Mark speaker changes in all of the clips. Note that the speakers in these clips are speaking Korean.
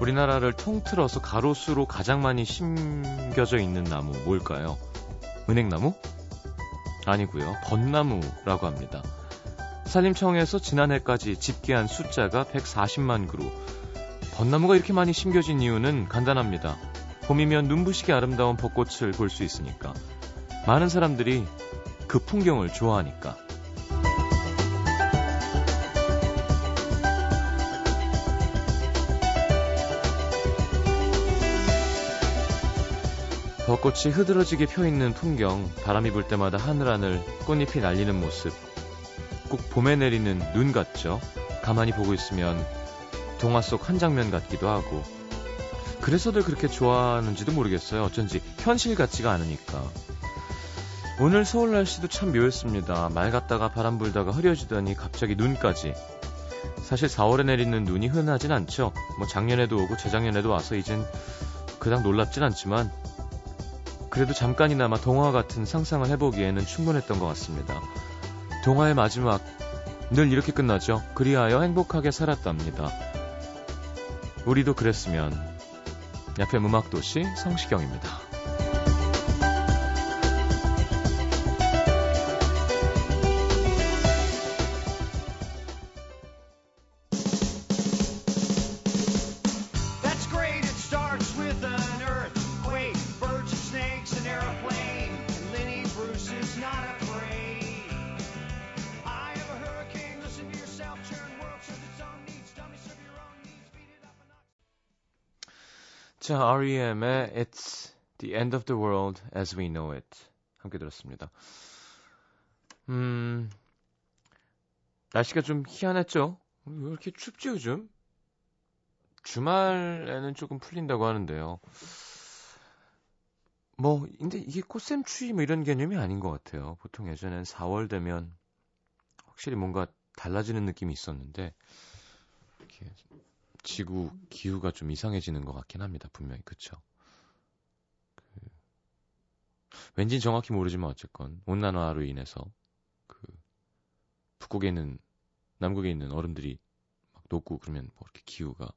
Speaker 1: 우리나라를 통틀어서 가로수로 가장 많이 심겨져 있는 나무 뭘까요? 은행나무? 아니고요. 벚나무라고 합니다. 산림청에서 지난해까지 집계한 숫자가 140만 그루. 벚나무가 이렇게 많이 심겨진 이유는 간단합니다. 봄이면 눈부시게 아름다운 벚꽃을 볼 수 있으니까. 많은 사람들이 그 풍경을 좋아하니까. 벚꽃이 흐드러지게 펴있는 풍경, 바람이 불 때마다 하늘하늘 꽃잎이 날리는 모습. 꼭 봄에 내리는 눈 같죠? 가만히 보고 있으면 동화 속 한 장면 같기도 하고. 그래서들 그렇게 좋아하는지도 모르겠어요. 어쩐지 현실 같지가 않으니까. 오늘 서울 날씨도 참 묘했습니다. 맑았다가 바람 불다가 흐려지더니 갑자기 눈까지. 사실 4월에 내리는 눈이 흔하진 않죠. 뭐 작년에도 오고 재작년에도 와서 이젠 그닥 놀랍진 않지만 그래도 잠깐이나마 동화 같은 상상을 해보기에는 충분했던 것 같습니다. 동화의 마지막 늘 이렇게 끝나죠. 그리하여 행복하게 살았답니다. 우리도 그랬으면 옆에 음악도시 성시경입니다.
Speaker 2: That's great. It starts with an earthquake, birds and snakes, an airplane. And Lenny Bruce is not afraid. I have a hurricane. Listen to yourself. Churn world serves its own needs. Dummy serve your own needs. Beat it up.
Speaker 1: 자, REM의 It's the End of the World as We Know It 함께 들었습니다. 음, 날씨가 좀 희한했죠? 왜 이렇게 춥지 요즘? 주말에는 조금 풀린다고 하는데요. 뭐, 근데 이게 꽃샘 추위 뭐 이런 개념이 아닌 것 같아요. 보통 예전엔 4월 되면 확실히 뭔가 달라지는 느낌이 있었는데, 이렇게 지구 기후가 좀 이상해지는 것 같긴 합니다. 분명히 그쵸. 그, 왠지 정확히 모르지만 어쨌건 온난화로 인해서 그 북극에 있는 남극에 있는 얼음들이 막 녹고 그러면 뭐 이렇게 기후가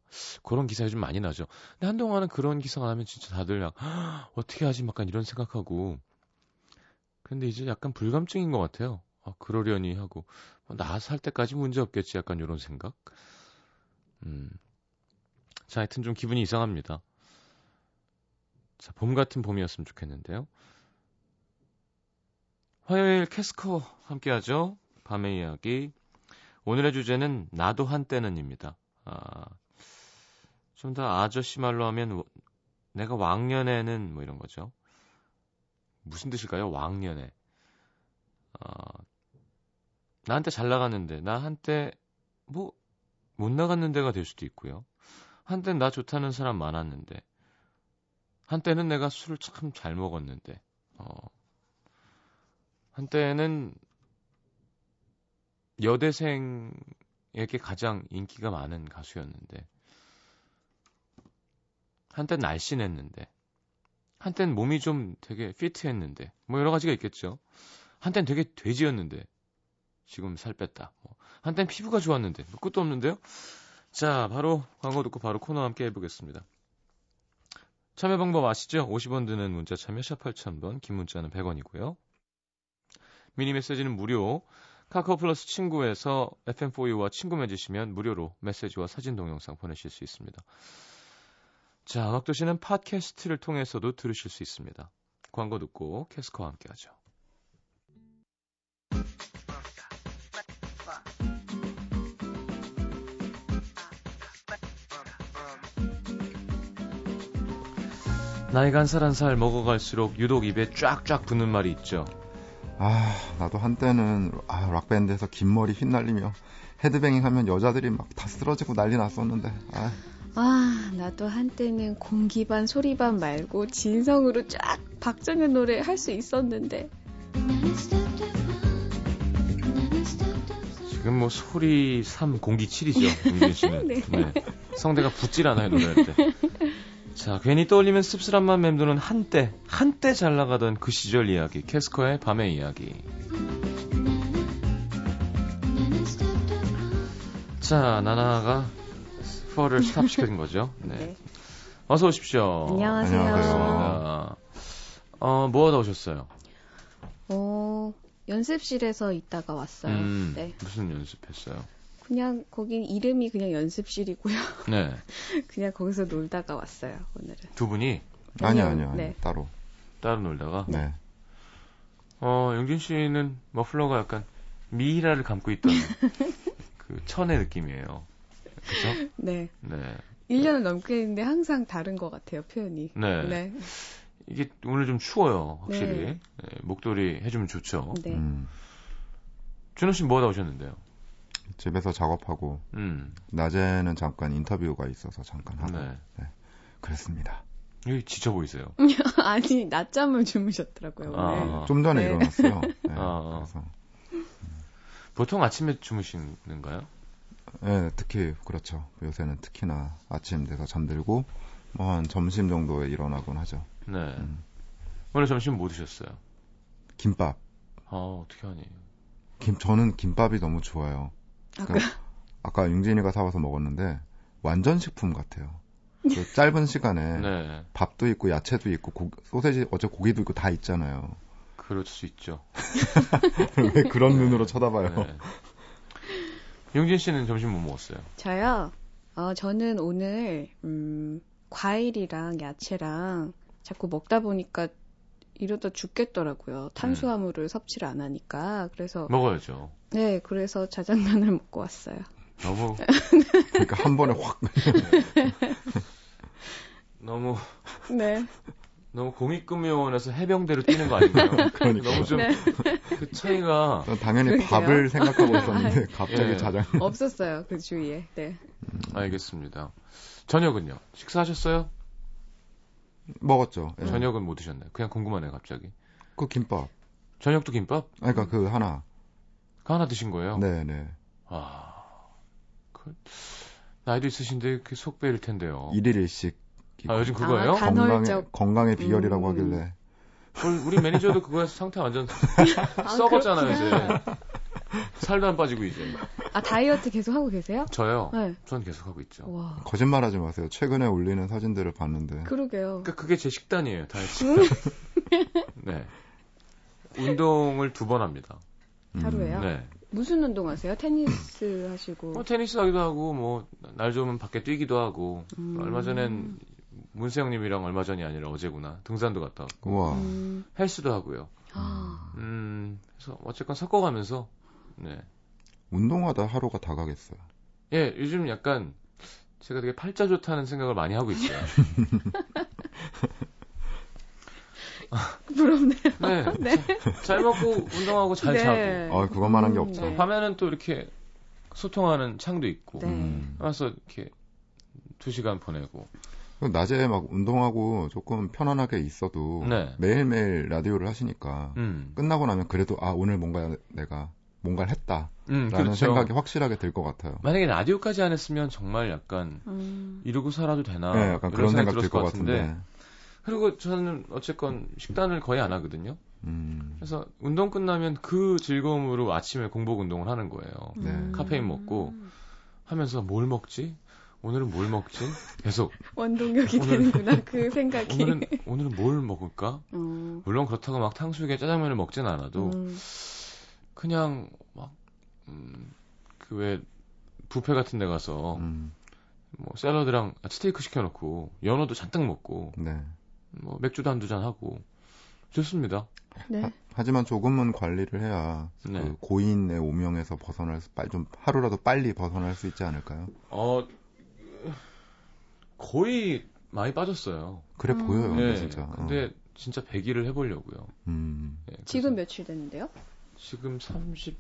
Speaker 1: 그런 기사 요즘 많이 나죠. 근데 한동안은 그런 기사가 나면 진짜 다들 막 "헉, 어떻게 하지? 막 약간 이런 생각하고 근데 이제 약간 불감증인 것 같아요. 아, 그러려니 하고 뭐 나 살 때까지 문제 없겠지 약간 이런 생각. 음. 자, 하여튼 좀 기분이 이상합니다. 자, 봄 같은 봄이었으면 좋겠는데요. 화요일 캐스커 함께하죠. 밤의 이야기. 오늘의 주제는 나도 한때는입니다. 아, 좀 더 아저씨 말로 하면 워- 내가 왕년에는 뭐 이런 거죠. 무슨 뜻일까요? 왕년에. 아, 나한테 잘 나갔는데, 나 한때 뭐 못 나갔는 데가 될 수도 있고요. 한땐 나 좋다는 사람 많았는데, 한때는 내가 술을 참 잘 먹었는데, 어, 한때는 여대생에게 가장 인기가 많은 가수였는데, 한땐 날씬했는데, 한땐 몸이 좀 되게 피트했는데, 뭐 여러 가지가 있겠죠. 한땐 되게 돼지였는데, 지금 살 뺐다. 뭐, 한땐 피부가 좋았는데, 뭐 끝도 없는데요? 자, 바로 광고 듣고 바로 코너 함께 해보겠습니다. 참여 방법 아시죠? 50원 드는 문자 참여 샵 8000번, 긴 문자는 100원이고요. 미니 메시지는 무료. 카카오 플러스 친구에서 FM4U와 친구 맺으시면 무료로 메시지와 사진 동영상 보내실 수 있습니다. 자, 음악도시는 팟캐스트를 통해서도 들으실 수 있습니다. 광고 듣고 캐스커와 함께하죠. 나이가 한 살 한 살 먹어갈수록 유독 입에 쫙쫙 붙는 말이 있죠.
Speaker 3: 아, 나도 한때는 아, 락밴드에서 긴 머리 휘날리며 헤드뱅잉 하면 여자들이 막 다 쓰러지고 난리 났었는데. 아,
Speaker 4: 아, 나도 한때는 공기반 소리반 말고 진성으로 쫙 박정현 노래 할 수 있었는데.
Speaker 1: 지금 뭐 소리 3, 공기 7이죠. 윤진 씨는.
Speaker 4: 네.
Speaker 1: 네. 성대가 붙질 않아요, 노래할 때. 자, 괜히 떠올리면 씁쓸함만 맴도는 한때, 한때 잘 나가던 그 시절 이야기, 캐스커의 밤의 이야기. 자, 나나가 락퍼를 스탑시켜준 거죠. 네.
Speaker 4: 네.
Speaker 1: 어서 오십시오.
Speaker 4: 안녕하세요.
Speaker 3: 안녕하세요.
Speaker 1: 반갑습니다. 어, 뭐 하다 오셨어요?
Speaker 4: 어, 연습실에서 있다가 왔어요.
Speaker 1: 음,
Speaker 4: 네.
Speaker 1: 무슨 연습했어요?
Speaker 4: 그냥 거긴 이름이 그냥 연습실이고요.
Speaker 1: 네.
Speaker 4: 그냥 거기서 놀다가 왔어요, 오늘은.
Speaker 1: 두 분이
Speaker 3: 아니요,
Speaker 4: 아니요,
Speaker 3: 아니요, 아니요.
Speaker 4: 네.
Speaker 3: 따로.
Speaker 1: 따로 놀다가.
Speaker 3: 네.
Speaker 1: 어, 영진 씨는 머플러가 약간 미이라를 감고 있던 그 천의 느낌이에요. 그죠?
Speaker 4: 네.
Speaker 1: 네.
Speaker 4: 1년을 넘게 했는데 항상 다른 것 같아요, 표현이.
Speaker 1: 네.
Speaker 4: 네.
Speaker 1: 이게 오늘 좀 추워요, 확실히.
Speaker 4: 네.
Speaker 1: 네, 목도리 해주면 좋죠.
Speaker 4: 네.
Speaker 3: 음,
Speaker 1: 준호 씨는 뭐 하다 오셨는데요?
Speaker 3: 집에서 작업하고
Speaker 1: 음,
Speaker 3: 낮에는 잠깐 인터뷰가 있어서 잠깐 하고
Speaker 1: 네.
Speaker 3: 그랬습니다.
Speaker 1: 여기 지쳐 보이세요.
Speaker 4: 아니, 낮잠을 주무셨더라고요, 오늘.
Speaker 1: 아.
Speaker 3: 좀 전에
Speaker 4: 네.
Speaker 3: 일어났어요. 네,
Speaker 1: 아.
Speaker 3: 그래서
Speaker 1: 보통 아침에 주무시는가요?
Speaker 3: 네, 특히 그렇죠. 요새는 특히나 아침 돼서 잠들고 뭐 한 점심 정도에 일어나곤 하죠.
Speaker 1: 네.
Speaker 3: 음.
Speaker 1: 오늘 점심 뭐 드셨어요?
Speaker 3: 김밥.
Speaker 1: 아, 어떻게 하니?
Speaker 3: 김 저는 김밥이 너무 좋아요.
Speaker 4: 아,
Speaker 3: 그러니까 아까 융진이가 사와서 먹었는데 완전 식품 같아요. 그 짧은 시간에
Speaker 1: 네.
Speaker 3: 밥도 있고 야채도 있고 고- 소세지 어제 고기도 있고 다 있잖아요.
Speaker 1: 그럴 수 있죠.
Speaker 3: 왜 그런 눈으로 쳐다봐요?
Speaker 1: 네. 용진 씨는 점심 뭐 먹었어요?
Speaker 4: 저요? 어, 저는 오늘, 음, 과일이랑 야채랑 자꾸 먹다 보니까 이러다
Speaker 1: 네.
Speaker 4: 죽겠더라고요. 탄수화물을 섭취를 안 하니까. 그래서,
Speaker 1: 뭐? 먹어야죠.
Speaker 4: 네, 그래서 자장면을 먹고 왔어요.
Speaker 1: 너무
Speaker 3: 그러니까 한 번에 확
Speaker 1: 너무
Speaker 4: 네.
Speaker 1: 너무 공익금융원에서 해병대로 뛰는 거 아닌가요?
Speaker 3: 그러니까
Speaker 1: 너무 좀
Speaker 4: 네.
Speaker 1: 그 차이가
Speaker 3: 당연히
Speaker 4: 그러게요. 아, 네.
Speaker 3: 밥을 생각하고 있었는데 갑자기
Speaker 1: 예.
Speaker 3: 자장.
Speaker 4: 없었어요, 그 주위에. 네.
Speaker 1: 알겠습니다. 저녁은요? 식사하셨어요?
Speaker 3: 먹었죠. 예.
Speaker 1: 저녁은 뭐 드셨나요? 그냥 궁금하네요, 갑자기.
Speaker 3: 그 김밥.
Speaker 1: 저녁도 김밥?
Speaker 3: 아, 그러니까 그 하나.
Speaker 1: 그 하나 드신 거예요?
Speaker 3: 네, 네.
Speaker 1: 아, 그, 나이도 있으신데 그 속배일 텐데요.
Speaker 3: 일일 일식.
Speaker 1: 아, 요즘 그거예요?
Speaker 4: 아, 간-
Speaker 3: 건강의,
Speaker 4: 간헐적.
Speaker 3: 건강의 비결이라고
Speaker 4: 음.
Speaker 3: 하길래
Speaker 1: 우리, 우리 매니저도 그거 상태 완전
Speaker 4: 아,
Speaker 1: 썩었잖아요,
Speaker 4: 그렇구나.
Speaker 1: 이제. 살도 안 빠지고, 이제.
Speaker 4: 아, 다이어트 계속 하고 계세요?
Speaker 1: 저요?
Speaker 4: 네.
Speaker 1: 전 계속하고 있죠.
Speaker 4: 와.
Speaker 3: 거짓말하지 마세요. 최근에 올리는 사진들을 봤는데
Speaker 4: 그러게요.
Speaker 1: 그러니까 그게 제 식단이에요, 다이어트. 네. 운동을 두 번 합니다.
Speaker 4: 하루에요?
Speaker 1: 네.
Speaker 4: 무슨 운동 하세요? 테니스 하시고.
Speaker 1: 뭐 테니스 하기도 하고, 뭐, 날 좋으면 밖에 뛰기도 하고,
Speaker 4: 음.
Speaker 1: 얼마 전엔 문세영님이랑 얼마 전이 아니라 어제구나. 등산도 갔다 왔고,
Speaker 3: 우와.
Speaker 4: 음.
Speaker 1: 헬스도 하고요.
Speaker 4: 아,
Speaker 1: 음, 그래서 어쨌건 섞어가면서, 네.
Speaker 3: 운동하다 하루가 다 가겠어요.
Speaker 1: 예, 요즘 약간 제가 되게 팔자 좋다는 생각을 많이 하고 있어요.
Speaker 4: 부럽네.
Speaker 1: 네. 자- 잘 먹고 운동하고 어. 잘 자고.
Speaker 3: 아, 그것만 한 게
Speaker 4: 음,
Speaker 3: 없죠.
Speaker 4: 네.
Speaker 1: 밤에는 또 이렇게 소통하는 창도 있고.
Speaker 4: 네.
Speaker 3: 음.
Speaker 1: 와서 이렇게 두 시간 보내고.
Speaker 3: 그럼 낮에 막 운동하고 조금 편안하게 있어도
Speaker 1: 네.
Speaker 3: 매일매일 라디오를 하시니까
Speaker 1: 음.
Speaker 3: 끝나고 나면 그래도 아 오늘 뭔가 내가 뭔가를 했다라는
Speaker 1: 음, 그렇죠.
Speaker 3: 생각이 확실하게 들 것 같아요.
Speaker 1: 만약에 라디오까지 안 했으면 정말 약간
Speaker 4: 음.
Speaker 1: 이러고 살아도 되나
Speaker 3: 네,
Speaker 1: 이런
Speaker 3: 약간 그런
Speaker 1: 생각
Speaker 3: 생각
Speaker 1: 들었을
Speaker 3: 들 것 같은데.
Speaker 1: 그리고 저는 어쨌건 식단을 거의 안 하거든요.
Speaker 3: 음,
Speaker 1: 그래서 운동 끝나면 그 즐거움으로 아침에 공복 운동을 하는 거예요.
Speaker 3: 네.
Speaker 4: 음.
Speaker 1: 카페인 먹고. 하면서 뭘 먹지? 오늘은 뭘 먹지? 계속
Speaker 4: 원동력이
Speaker 1: 오늘은-
Speaker 4: 되는구나 그 생각이.
Speaker 1: 오늘은 오늘은 뭘 먹을까?
Speaker 4: 어.
Speaker 1: 물론 그렇다고 막 탕수육에 짜장면을 먹진 않아도
Speaker 4: 음.
Speaker 1: 그냥 음, 막음그왜 뷔페 같은 데 가서
Speaker 3: 음,
Speaker 1: 뭐 샐러드랑 스테이크 시켜놓고 연어도 잔뜩 먹고
Speaker 3: 네.
Speaker 1: 뭐 맥주도 한두 잔 하고 좋습니다.
Speaker 4: 네.
Speaker 3: 하, 하지만 조금은 관리를 해야
Speaker 1: 네.
Speaker 3: 그 고인의 오명에서 벗어날 수, 빨, 좀 하루라도 빨리 벗어날 수 있지 않을까요?
Speaker 1: 어 거의 많이 빠졌어요.
Speaker 3: 그래
Speaker 4: 음.
Speaker 3: 보여요, 근데
Speaker 1: 예,
Speaker 3: 진짜. 어.
Speaker 1: 근데 진짜 100일을 해보려고요.
Speaker 3: 음,
Speaker 1: 예, 그래서
Speaker 4: 지금 며칠 됐는데요?
Speaker 1: 지금 30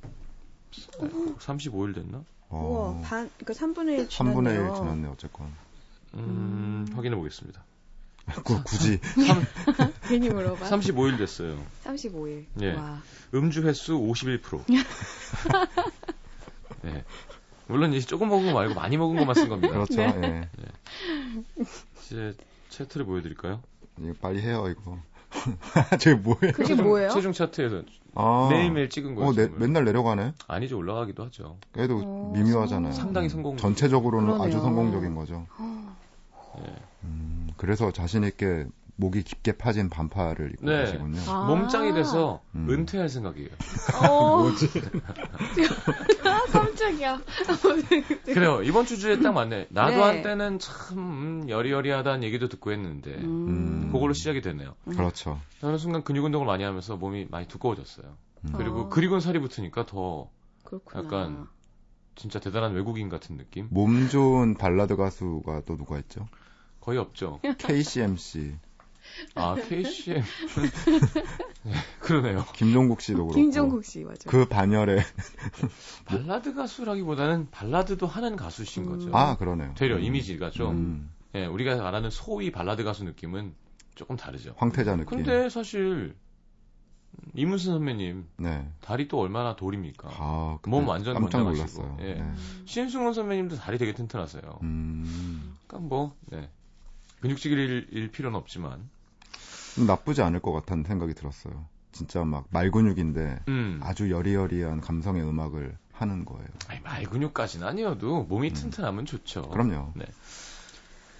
Speaker 1: 35일 됐나?
Speaker 3: 어,
Speaker 4: 우와, 반, 그 3분의 1
Speaker 3: 3분의
Speaker 4: 지났네요.
Speaker 3: 1 지났네 어쨌건.
Speaker 1: 음, 확인해 보겠습니다.
Speaker 3: 그 굳이
Speaker 4: 괜히 물어봐.
Speaker 1: 35일 됐어요.
Speaker 4: 35일.
Speaker 1: 예.
Speaker 4: 와.
Speaker 1: 음주 횟수 51%. 네. 물론 이제 조금 먹은 거 말고 많이 먹은 것만 쓴
Speaker 4: 네.
Speaker 1: 겁니다.
Speaker 3: 그렇죠. 예.
Speaker 1: 이제 채트를 보여드릴까요?
Speaker 3: 이거 빨리 해요 이거. 저게 뭐예요?
Speaker 4: 그게
Speaker 1: 최종-
Speaker 4: 뭐예요?
Speaker 1: 최종 차트에서
Speaker 3: 아,
Speaker 1: 매일매일 찍은 거예요.
Speaker 3: 어, 내-
Speaker 1: 지금은.
Speaker 3: 맨날 내려가네.
Speaker 1: 아니죠 올라가기도 하죠.
Speaker 3: 그래도
Speaker 4: 어,
Speaker 3: 미묘하잖아요.
Speaker 1: 상당히
Speaker 3: 음,
Speaker 1: 성공.
Speaker 3: 전체적으로는 아주
Speaker 4: 그러네요.
Speaker 3: 성공적인 거죠.
Speaker 4: 어.
Speaker 3: 음, 그래서 자신 있게 목이 깊게 파진 반팔을 입고
Speaker 1: 네.
Speaker 3: 계시군요.
Speaker 4: 아.
Speaker 1: 몸짱이 돼서
Speaker 3: 음.
Speaker 1: 은퇴할 생각이에요.
Speaker 4: 어. 뭐지? 깜짝이야.
Speaker 1: 그래요. 이번 주 주제 딱 맞네. 나도
Speaker 4: 네.
Speaker 1: 한때는 참 음, 여리여리하다는 얘기도 듣고 했는데
Speaker 4: 음.
Speaker 1: 그걸로 시작이 되네요.
Speaker 3: 그렇죠.
Speaker 1: 저는 순간 근육 운동을 많이 하면서 몸이 많이 두꺼워졌어요.
Speaker 3: 음.
Speaker 1: 그리고
Speaker 4: 어.
Speaker 1: 그리고 살이 붙으니까 더
Speaker 4: 그렇구나.
Speaker 1: 약간 진짜 대단한 외국인 같은 느낌?
Speaker 3: 몸 좋은 발라드 가수가 또 누가 있죠?
Speaker 1: 거의 없죠.
Speaker 3: KCMC,
Speaker 1: 아, KCM. 그러네요.
Speaker 3: 김종국 씨도 그렇고.
Speaker 4: 아, 김종국 씨 맞아. 요
Speaker 3: 그 반열에
Speaker 1: 음. 발라드 가수라기보다는 발라드도 하는 가수신 거죠.
Speaker 4: 음.
Speaker 3: 아 그러네요.
Speaker 1: 되려 이미지가 좀
Speaker 3: 음,
Speaker 1: 예, 우리가 말하는 소위 발라드 가수 느낌은 조금 다르죠.
Speaker 3: 황태자 느낌.
Speaker 1: 근데 사실 음, 이문순 선배님
Speaker 3: 네.
Speaker 1: 다리 또 얼마나 돌입니까?
Speaker 3: 아, 그때
Speaker 1: 몸 완전
Speaker 3: 깜짝
Speaker 1: 건장하시고.
Speaker 3: 놀랐어요.
Speaker 1: 예.
Speaker 3: 네.
Speaker 1: 신승훈 선배님도 다리 되게 튼튼하세요.
Speaker 3: 음,
Speaker 1: 그러니까 뭐 네. 근육질일 일 필요는 없지만
Speaker 3: 좀 나쁘지 않을 것 같다는 생각이 들었어요. 진짜 막 말근육인데
Speaker 1: 음.
Speaker 3: 아주 여리여리한 감성의 음악을 하는 거예요.
Speaker 1: 아니, 말 근육까지는 아니어도 몸이 튼튼하면 좋죠.
Speaker 3: 음. 그럼요.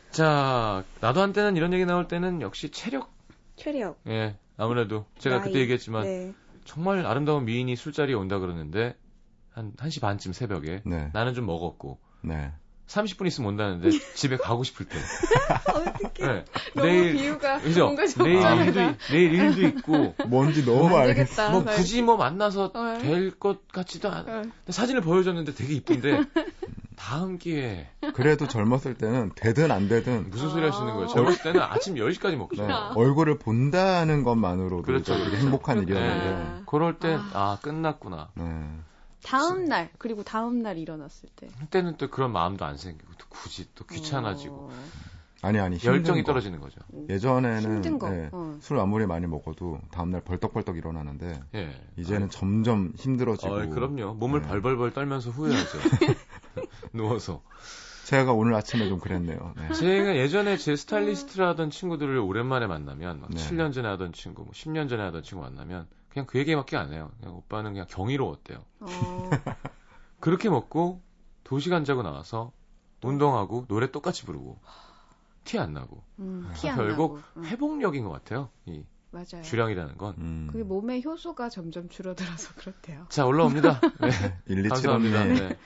Speaker 1: 자, 나도 한때는 이런 얘기 나올 때는 역시 체력,
Speaker 4: 체력.
Speaker 1: 예, 아무래도 제가
Speaker 4: 나이.
Speaker 1: 그때 얘기했지만
Speaker 4: 네.
Speaker 1: 정말 아름다운 미인이 술자리에 온다 그러는데 한 1시 반쯤 새벽에
Speaker 3: 네,
Speaker 1: 나는 좀 먹었고
Speaker 3: 네.
Speaker 1: 30분 있으면 온다는데 집에 가고 싶을 때.
Speaker 4: 어떻게?
Speaker 1: 네.
Speaker 4: 너무 비유가
Speaker 1: 그죠?
Speaker 4: 뭔가 좀
Speaker 1: 내일 일도,
Speaker 4: 다르다.
Speaker 1: 있- 내일 일도 있고
Speaker 3: 뭔지 너무
Speaker 4: 안
Speaker 3: 알겠어.
Speaker 4: 되겠다.
Speaker 1: 뭐
Speaker 4: 나
Speaker 1: 굳이 뭐 만나서
Speaker 4: 네. 어.
Speaker 1: 될 것 같지도 않.
Speaker 4: 어.
Speaker 1: 근데 사진을 보여줬는데 되게 이쁜데 다음 기회에
Speaker 3: 그래도 젊었을 때는 되든 안 되든
Speaker 1: 무슨 소리 하시는 거예요?
Speaker 4: 아.
Speaker 1: 젊을 때는 아침 10시까지 먹죠.
Speaker 3: 네, 얼굴을 본다는 것만으로도
Speaker 1: 그렇죠,
Speaker 3: 되게
Speaker 1: 그렇죠.
Speaker 3: 행복한
Speaker 4: 그렇구나.
Speaker 3: 일이었는데.
Speaker 1: 그럴 때,
Speaker 4: 아.
Speaker 1: 아, 끝났구나.
Speaker 3: 네.
Speaker 4: 다음 날 그리고 다음 날 일어났을 때.
Speaker 1: 그때는 또 그런 마음도 안 생기고, 또 굳이 또 귀찮아지고,
Speaker 4: 어.
Speaker 3: 아니 아니 힘든
Speaker 1: 열정이
Speaker 3: 거.
Speaker 1: 떨어지는 거죠.
Speaker 3: 예전에는
Speaker 4: 힘든 거.
Speaker 3: 예,
Speaker 4: 어.
Speaker 3: 술 아무리 많이 먹어도 다음날 벌떡벌떡 일어나는데
Speaker 1: 예.
Speaker 3: 이제는 점점
Speaker 1: 아,
Speaker 3: 힘들어지고
Speaker 1: 어이, 그럼요. 몸을
Speaker 3: 네.
Speaker 1: 벌벌벌 떨면서 후회하죠. 누워서.
Speaker 3: 제가 오늘 아침에 좀 그랬네요. 네.
Speaker 1: 제가 예전에 제 스타일리스트를 하던 친구들을 오랜만에 만나면, 막
Speaker 3: 네.
Speaker 1: 7년 전에 하던 친구, 뭐 10년 전에 하던 친구 만나면, 그냥 그 얘기밖에 안 해요. 그냥 오빠는 그냥 경이로웠대요.
Speaker 4: 어.
Speaker 1: 그렇게 먹고, 2시간 자고 나와서, 운동하고, 노래 똑같이 부르고, 티 안 나고,
Speaker 4: 음, 네. 티안
Speaker 1: 아, 결국
Speaker 4: 나고. 응,
Speaker 1: 회복력인 것 같아요. 이
Speaker 4: 맞아요.
Speaker 1: 주량이라는 건.
Speaker 3: 음,
Speaker 4: 그게 뭐- 몸의 효소가 점점 줄어들어서 그렇대요.
Speaker 1: 자, 올라옵니다. 네.
Speaker 3: 1275님.
Speaker 1: 감사합니다. 네.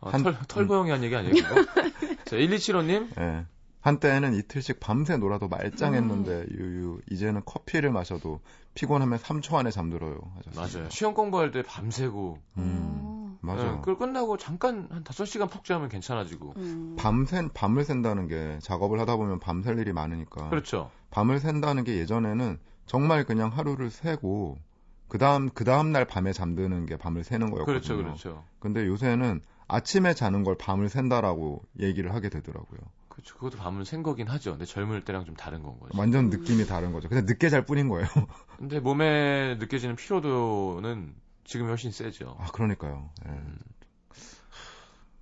Speaker 1: 어,
Speaker 3: 한-
Speaker 1: 털, 털보형이 한 얘기 아니에요, 이거? 자, 1275님.
Speaker 3: 예. 한때에는 이틀씩 밤새 놀아도
Speaker 4: 음.
Speaker 3: 말짱했는데 유유 이제는 커피를 마셔도 피곤하면 3초 안에 잠들어요. 하셨어요.
Speaker 1: 맞아요. 시험 공부할 때 밤새고.
Speaker 3: 음,
Speaker 4: 어.
Speaker 3: 맞아요.
Speaker 1: 예, 그걸 끝나고 잠깐 한 5시간 푹 자면 괜찮아지고.
Speaker 4: 음.
Speaker 3: 밤샌 밤을 샌다는 게 작업을 하다 보면 밤샐 일이 많으니까
Speaker 1: 그렇죠.
Speaker 3: 밤을 샌다는 게 예전에는 정말 그냥 하루를 새고 그다음 그다음 날 밤에 잠드는 게 밤을 새는 거였거든요.
Speaker 1: 그렇죠, 그렇죠.
Speaker 3: 근데 요새는 아침에 자는 걸 밤을 샌다라고 얘기를 하게 되더라고요.
Speaker 1: 그렇죠. 그것도 밤은 센 거긴 하죠. 근데 젊을 때랑 좀 다른 건 거죠.
Speaker 3: 완전 느낌이 다른 거죠. 근데 늦게 잘 뿐인 거예요.
Speaker 1: 근데 몸에 느껴지는 피로도는 지금이 훨씬 세죠.
Speaker 3: 아 그러니까요. 예.
Speaker 1: 음.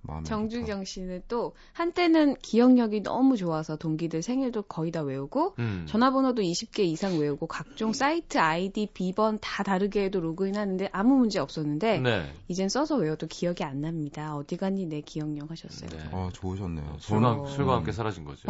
Speaker 3: 마음이
Speaker 4: 정주경 씨는 또 한때는 기억력이 너무 좋아서 동기들 생일도 거의 다 외우고
Speaker 1: 음.
Speaker 4: 전화번호도 20개 이상 외우고 각종 사이트 아이디 비번 다 다르게 해도 로그인하는데 아무 문제 없었는데
Speaker 1: 네.
Speaker 4: 이젠 써서 외워도 기억이 안 납니다. 어디 갔니 내 기억력 하셨어요.
Speaker 1: 네.
Speaker 3: 좋다. 아 좋으셨네요.
Speaker 1: 술과,
Speaker 3: 저는
Speaker 4: 저는-
Speaker 1: 술과 함께 사라진 거죠.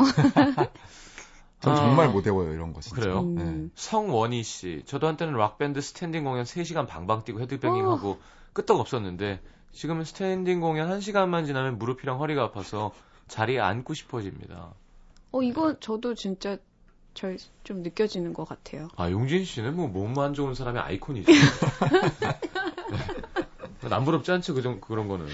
Speaker 3: 전
Speaker 1: 아,
Speaker 3: 정말 못 외워요 이런 거 진짜.
Speaker 1: 그래요?
Speaker 4: 음.
Speaker 1: 성원희 씨. 저도 한때는 락밴드 스탠딩 공연 3시간 방방 뛰고 헤드뱅잉
Speaker 4: 어.
Speaker 1: 하고 끄떡 없었는데 지금은 스탠딩 공연 1시간만 지나면 무릎이랑 허리가 아파서 자리에 앉고 싶어집니다.
Speaker 4: 어 이거 저도 진짜 절 좀 느껴지는 것 같아요.
Speaker 1: 아, 용진 씨는 뭐 몸만 좋은 사람의 아이콘이죠. 네. 남부럽지 않죠, 그 정, 그런 거는.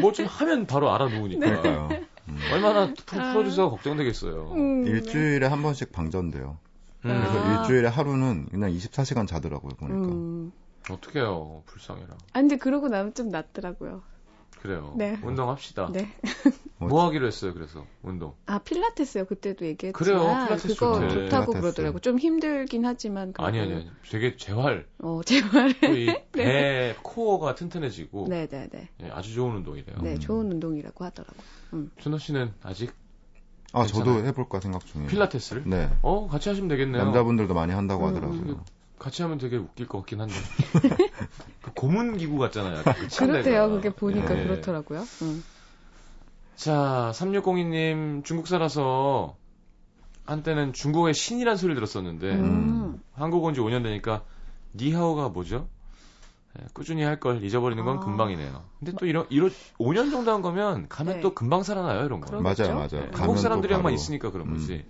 Speaker 1: 뭐 좀 하면 바로 알아놓으니까.
Speaker 4: 네.
Speaker 3: 그러니까요. 음.
Speaker 1: 얼마나 프로, 프로듀서가 걱정되겠어요.
Speaker 4: 아.
Speaker 3: 네.
Speaker 4: 음,
Speaker 3: 일주일에 한 번씩 방전돼요. 그래서
Speaker 1: 음.
Speaker 4: 아.
Speaker 3: 일주일에 하루는 그냥 24시간 자더라고요 보니까.
Speaker 4: 음.
Speaker 1: 어떡해요, 불쌍해라.
Speaker 4: 아 근데 그러고 나면 좀 낫더라고요.
Speaker 1: 그래요.
Speaker 4: 네.
Speaker 1: 운동합시다.
Speaker 4: 네.
Speaker 1: 뭐 하기로 했어요, 그래서, 운동.
Speaker 4: 아 필라테스요. 그때도
Speaker 1: 그래요,
Speaker 4: 얘기했지만
Speaker 1: 필라테스
Speaker 4: 그거
Speaker 1: 좋대.
Speaker 4: 좋다고
Speaker 3: 필라테스.
Speaker 4: 그러더라고. 좀 힘들긴 하지만
Speaker 1: 아니, 아니,
Speaker 4: 그래도,
Speaker 1: 아니. 되게 재활.
Speaker 4: 어 제발.
Speaker 1: 또 이 배, 코어가 튼튼해지고
Speaker 4: 네네네.
Speaker 1: 예, 아주 좋은 운동이래요.
Speaker 4: 네
Speaker 3: 음.
Speaker 4: 좋은 운동이라고 하더라고. 요
Speaker 1: 준호 씨는 아직
Speaker 3: 아 저도
Speaker 1: 괜찮아요.
Speaker 3: 해볼까 생각 중이에요.
Speaker 1: 필라테스를?
Speaker 3: 네.
Speaker 1: 어, 같이 하시면 되겠네요.
Speaker 3: 남자분들도 많이 한다고
Speaker 4: 음,
Speaker 3: 하더라고요.
Speaker 1: 같이 하면 되게 웃길 것 같긴 한데. 그 고문 기구 같잖아요. 약간 그 침대가.
Speaker 4: 그렇대요. 그게 보니까
Speaker 1: 예.
Speaker 4: 그렇더라고요. 음.
Speaker 1: 자, 3602님 중국 살아서 한때는 중국의 신이란 소리를 들었었는데
Speaker 4: 음.
Speaker 1: 한국 온 지 5년 되니까 니하오가 뭐죠? 예, 꾸준히 할 걸 잊어버리는 건
Speaker 4: 아.
Speaker 1: 금방이네요. 근데 또 이런 이런 5년 정도 한 거면 가면
Speaker 4: 네.
Speaker 1: 또 금방 살아나요 이런 거.
Speaker 4: 그럼-
Speaker 3: 맞아요,
Speaker 1: 예,
Speaker 4: 그렇죠?
Speaker 3: 맞아요. 네. 가면
Speaker 1: 한국
Speaker 3: 또
Speaker 1: 사람들이랑만
Speaker 3: 바로 음.
Speaker 1: 있으니까 그런 거지.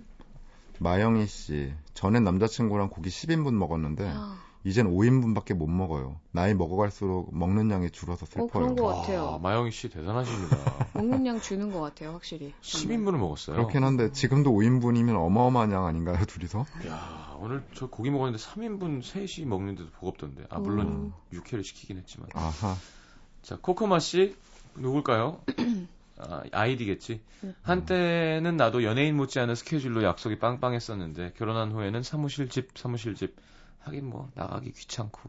Speaker 3: 마영희 씨, 전엔 남자친구랑 고기 10인분
Speaker 1: 네.
Speaker 3: 먹었는데
Speaker 4: 아,
Speaker 3: 이젠 5인분밖에 못 먹어요. 나이 먹어갈수록 먹는 양이 줄어서
Speaker 4: 어,
Speaker 3: 슬퍼요.
Speaker 4: 그런 것 같아요.
Speaker 1: 와, 마영희 씨 대단하십니다.
Speaker 4: 먹는 양 주는 것 같아요, 확실히. 정말.
Speaker 1: 10인분을 먹었어요.
Speaker 3: 그렇긴 한데 지금도 5인분이면 어마어마한 양 아닌가요, 둘이서?
Speaker 1: 야, 오늘 저 고기 먹었는데 3인분 셋이 먹는데도 보겁던데. 아, 물론
Speaker 4: 음.
Speaker 1: 육회를 시키긴 했지만.
Speaker 3: 아하.
Speaker 1: 자, 코코마 씨 누굴까요? 아, 아이디겠지.
Speaker 4: 음.
Speaker 1: 한때는 나도 연예인 못지않은 스케줄로 약속이 빵빵했었는데 결혼한 후에는 사무실 집, 사무실 집 하긴 뭐 나가기 귀찮고.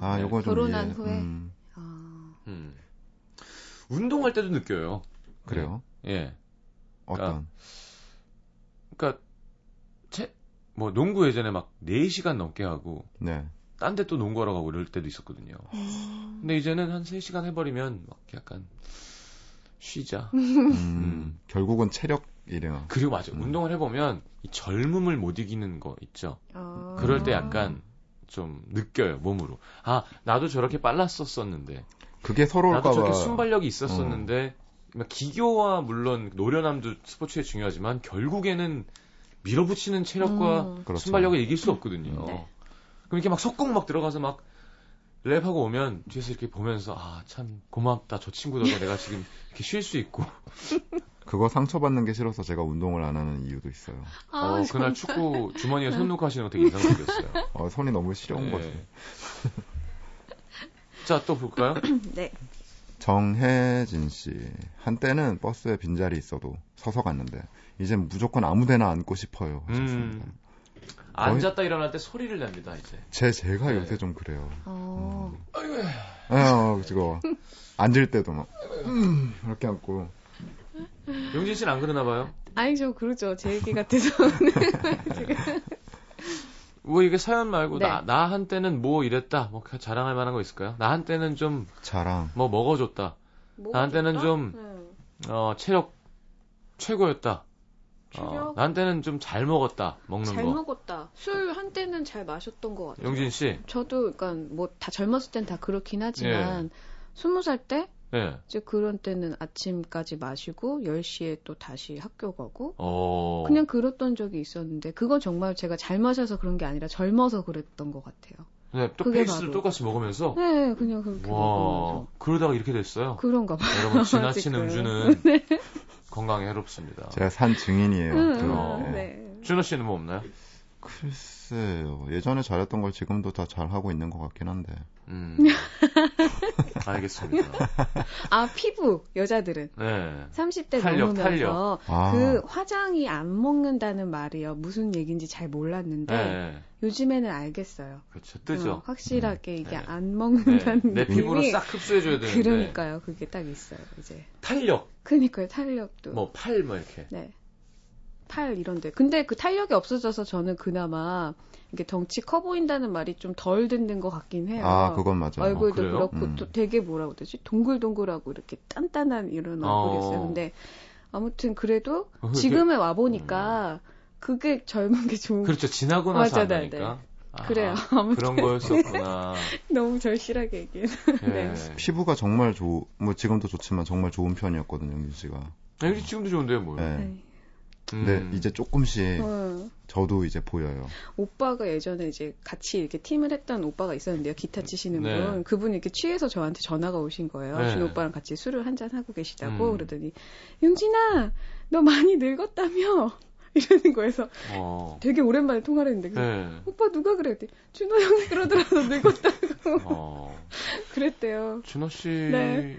Speaker 3: 아,
Speaker 1: 네.
Speaker 3: 요거 좀
Speaker 4: 결혼한
Speaker 3: 이해-
Speaker 4: 후에?
Speaker 3: 음,
Speaker 4: 아,
Speaker 1: 음. 운동할 때도 느껴요.
Speaker 3: 그래요.
Speaker 1: 예.
Speaker 3: 어떤?
Speaker 1: 그러니까 채, 뭐 농구 예전에 막 4시간 넘게 하고
Speaker 3: 네.
Speaker 1: 딴 데 또 농구하러 가고 이럴 때도 있었거든요. 근데 이제는 한 3시간 해버리면 막 약간 쉬자.
Speaker 3: 음,
Speaker 1: 음.
Speaker 3: 결국은 체력이래요.
Speaker 1: 그리고 맞아.
Speaker 3: 음.
Speaker 1: 운동을 해보면 이 젊음을 못 이기는 거 있죠.
Speaker 4: 아.
Speaker 1: 그럴 때 약간 좀 느껴요, 몸으로. 아, 나도 저렇게 빨랐었었는데.
Speaker 3: 그게
Speaker 1: 나도 저렇게
Speaker 3: 서러울까봐.
Speaker 1: 순발력이 있었었는데. 막 기교와 물론 노련함도 스포츠에 중요하지만 결국에는 밀어붙이는 체력과
Speaker 4: 음.
Speaker 3: 그렇죠.
Speaker 1: 순발력을 이길 수 없거든요.
Speaker 4: 네.
Speaker 1: 그럼 이렇게 막 속공 막 들어가서 막 랩하고 오면 뒤에서 이렇게 보면서 아 참 고맙다 저 친구 덕에 내가 지금 이렇게 쉴 수 있고
Speaker 3: 그거 상처받는 게 싫어서 제가 운동을 안 하는 이유도 있어요.
Speaker 4: 아,
Speaker 1: 어, 그날 축구 주머니에 손 넣고 하시는 거 되게 인상적이었어요.
Speaker 3: 어, 손이 너무 시려운
Speaker 1: 네.
Speaker 3: 거죠.
Speaker 1: 자또 볼까요?
Speaker 4: 네.
Speaker 3: 정혜진 씨. 한때는 버스에 빈자리 있어도 서서 갔는데 이젠 무조건 아무데나 앉고 싶어요. 하셨습니다.
Speaker 1: 음. 앉았다 일어날 때 소리를 냅니다 이제.
Speaker 3: 제 제가
Speaker 1: 네.
Speaker 3: 요새 좀 그래요.
Speaker 4: 어,
Speaker 1: 음.
Speaker 3: 어, 지금 앉을 때도 막 음, 이렇게 앉고
Speaker 1: 용진 씨는 안 그러나 봐요.
Speaker 4: 아니, 저 그러죠. 제 얘기 같아서.
Speaker 1: 뭐 이게 사연 말고
Speaker 4: 네.
Speaker 1: 나 나한테는 뭐 이랬다 뭐 자랑할 만한 거 있을까요? 나한테는 좀 뭐
Speaker 3: 자랑.
Speaker 1: 먹어줬다.
Speaker 4: 뭐
Speaker 1: 나한테는
Speaker 4: 네.
Speaker 1: 좀- 어, 체력 최고였다. 어,
Speaker 4: 체력?
Speaker 1: 나한테는 좀 잘 먹었다. 먹는
Speaker 4: 잘
Speaker 1: 거.
Speaker 4: 먹었다. 술 한때는 잘 마셨던 것 같아요.
Speaker 1: 용진 씨.
Speaker 4: 저도 그러니까 뭐 다 젊었을 땐 다 그렇긴 하지만 스무 살 때?
Speaker 1: 예.
Speaker 4: 이제 그런 때는 아침까지 마시고 10시에 또 다시 학교 가고
Speaker 1: 어.
Speaker 4: 그냥 그랬던 적이 있었는데 그건 정말 제가 잘 마셔서 그런 게 아니라 젊어서 그랬던 것 같아요.
Speaker 1: 네, 또
Speaker 4: 그게
Speaker 1: 페이스를
Speaker 4: 바로.
Speaker 1: 똑같이 먹으면서
Speaker 4: 네, 그냥 그렇게
Speaker 1: 어. 와.
Speaker 4: 먹으면서
Speaker 1: 그러다가 이렇게 됐어요.
Speaker 4: 그런가 봐요.
Speaker 1: 여러분 지나친
Speaker 4: 지금. 네.
Speaker 1: 음주는 건강에 해롭습니다.
Speaker 3: 제가 산 증인이에요.
Speaker 1: 그럼.
Speaker 4: 음,
Speaker 3: 네.
Speaker 4: 네.
Speaker 1: 준호 씨는 뭐 없나요?
Speaker 3: 글쎄요. 예전에 잘했던 걸 지금도 다 잘하고 있는 것 같긴 한데.
Speaker 1: 음. 알겠습니다.
Speaker 4: 아 피부 여자들은
Speaker 1: 네.
Speaker 4: 30대
Speaker 1: 탄력,
Speaker 4: 넘으면서
Speaker 3: 아,
Speaker 4: 그 화장이 안 먹는다는 말이요 무슨 얘기인지 잘 몰랐는데
Speaker 1: 네.
Speaker 4: 요즘에는 알겠어요.
Speaker 1: 그렇죠.
Speaker 4: 어,
Speaker 1: 뜨죠.
Speaker 4: 확실하게 이게
Speaker 1: 네.
Speaker 4: 안
Speaker 1: 네.
Speaker 4: 먹는다는
Speaker 1: 내
Speaker 4: 느낌이
Speaker 1: 피부로 싹 흡수해줘야 되는데.
Speaker 4: 그러니까요. 그게 딱 있어요. 이제
Speaker 1: 탄력,
Speaker 4: 그러니까요. 탄력도
Speaker 1: 뭐, 팔, 뭐, 이렇게.
Speaker 4: 네. 팔 이런데 근데 그 탄력이 없어져서 저는 그나마 이게 덩치 커 보인다는 말이 좀 덜 듣는 것 같긴 해요.
Speaker 3: 아, 그건 맞아요.
Speaker 1: 어,
Speaker 4: 네, 얼굴도
Speaker 1: 그래요?
Speaker 4: 그렇고
Speaker 3: 음.
Speaker 4: 또 되게 뭐라고 되지 동글동글하고 이렇게 단단한 이런 얼굴이 있어요.
Speaker 1: 어.
Speaker 4: 근데 아무튼 그래도
Speaker 1: 어,
Speaker 4: 지금에 와 보니까 그게 젊은 게 좋은
Speaker 1: 그렇죠. 지나고 나서
Speaker 4: 맞아, 네,
Speaker 1: 안다니까. 아,
Speaker 4: 그래요. 아무튼
Speaker 1: 그런 거였었구나.
Speaker 4: 너무 절실하게 얘기해.
Speaker 1: 네.
Speaker 3: 피부가 정말 좋, 뭐 지금도 좋지만 정말 좋은 편이었거든요, 윤 씨가.
Speaker 1: 여기 지금도 좋은데요, 뭐.
Speaker 3: 네.
Speaker 4: 네.
Speaker 3: 근데
Speaker 1: 음.
Speaker 3: 이제 조금씩
Speaker 4: 어.
Speaker 3: 저도 이제 보여요.
Speaker 4: 오빠가 예전에 이제 같이 이렇게 팀을 했던 오빠가 있었는데요. 기타 치시는
Speaker 1: 네.
Speaker 4: 분. 그분이 이렇게 취해서 저한테 전화가 오신 거예요.
Speaker 1: 네.
Speaker 4: 준 오빠랑 같이 술을 한잔 하고 계시다고
Speaker 1: 음.
Speaker 4: 그러더니 용진아, 너 많이 늙었다며. 이러는 거에서
Speaker 1: 어.
Speaker 4: 되게 오랜만에 통화를 했는데 그래서
Speaker 1: 네.
Speaker 4: 오빠 누가 그랬대? 준호 형이 그러더라도 늙었다
Speaker 1: 어.
Speaker 4: 그랬대요.
Speaker 1: 준호 씨.
Speaker 4: 네.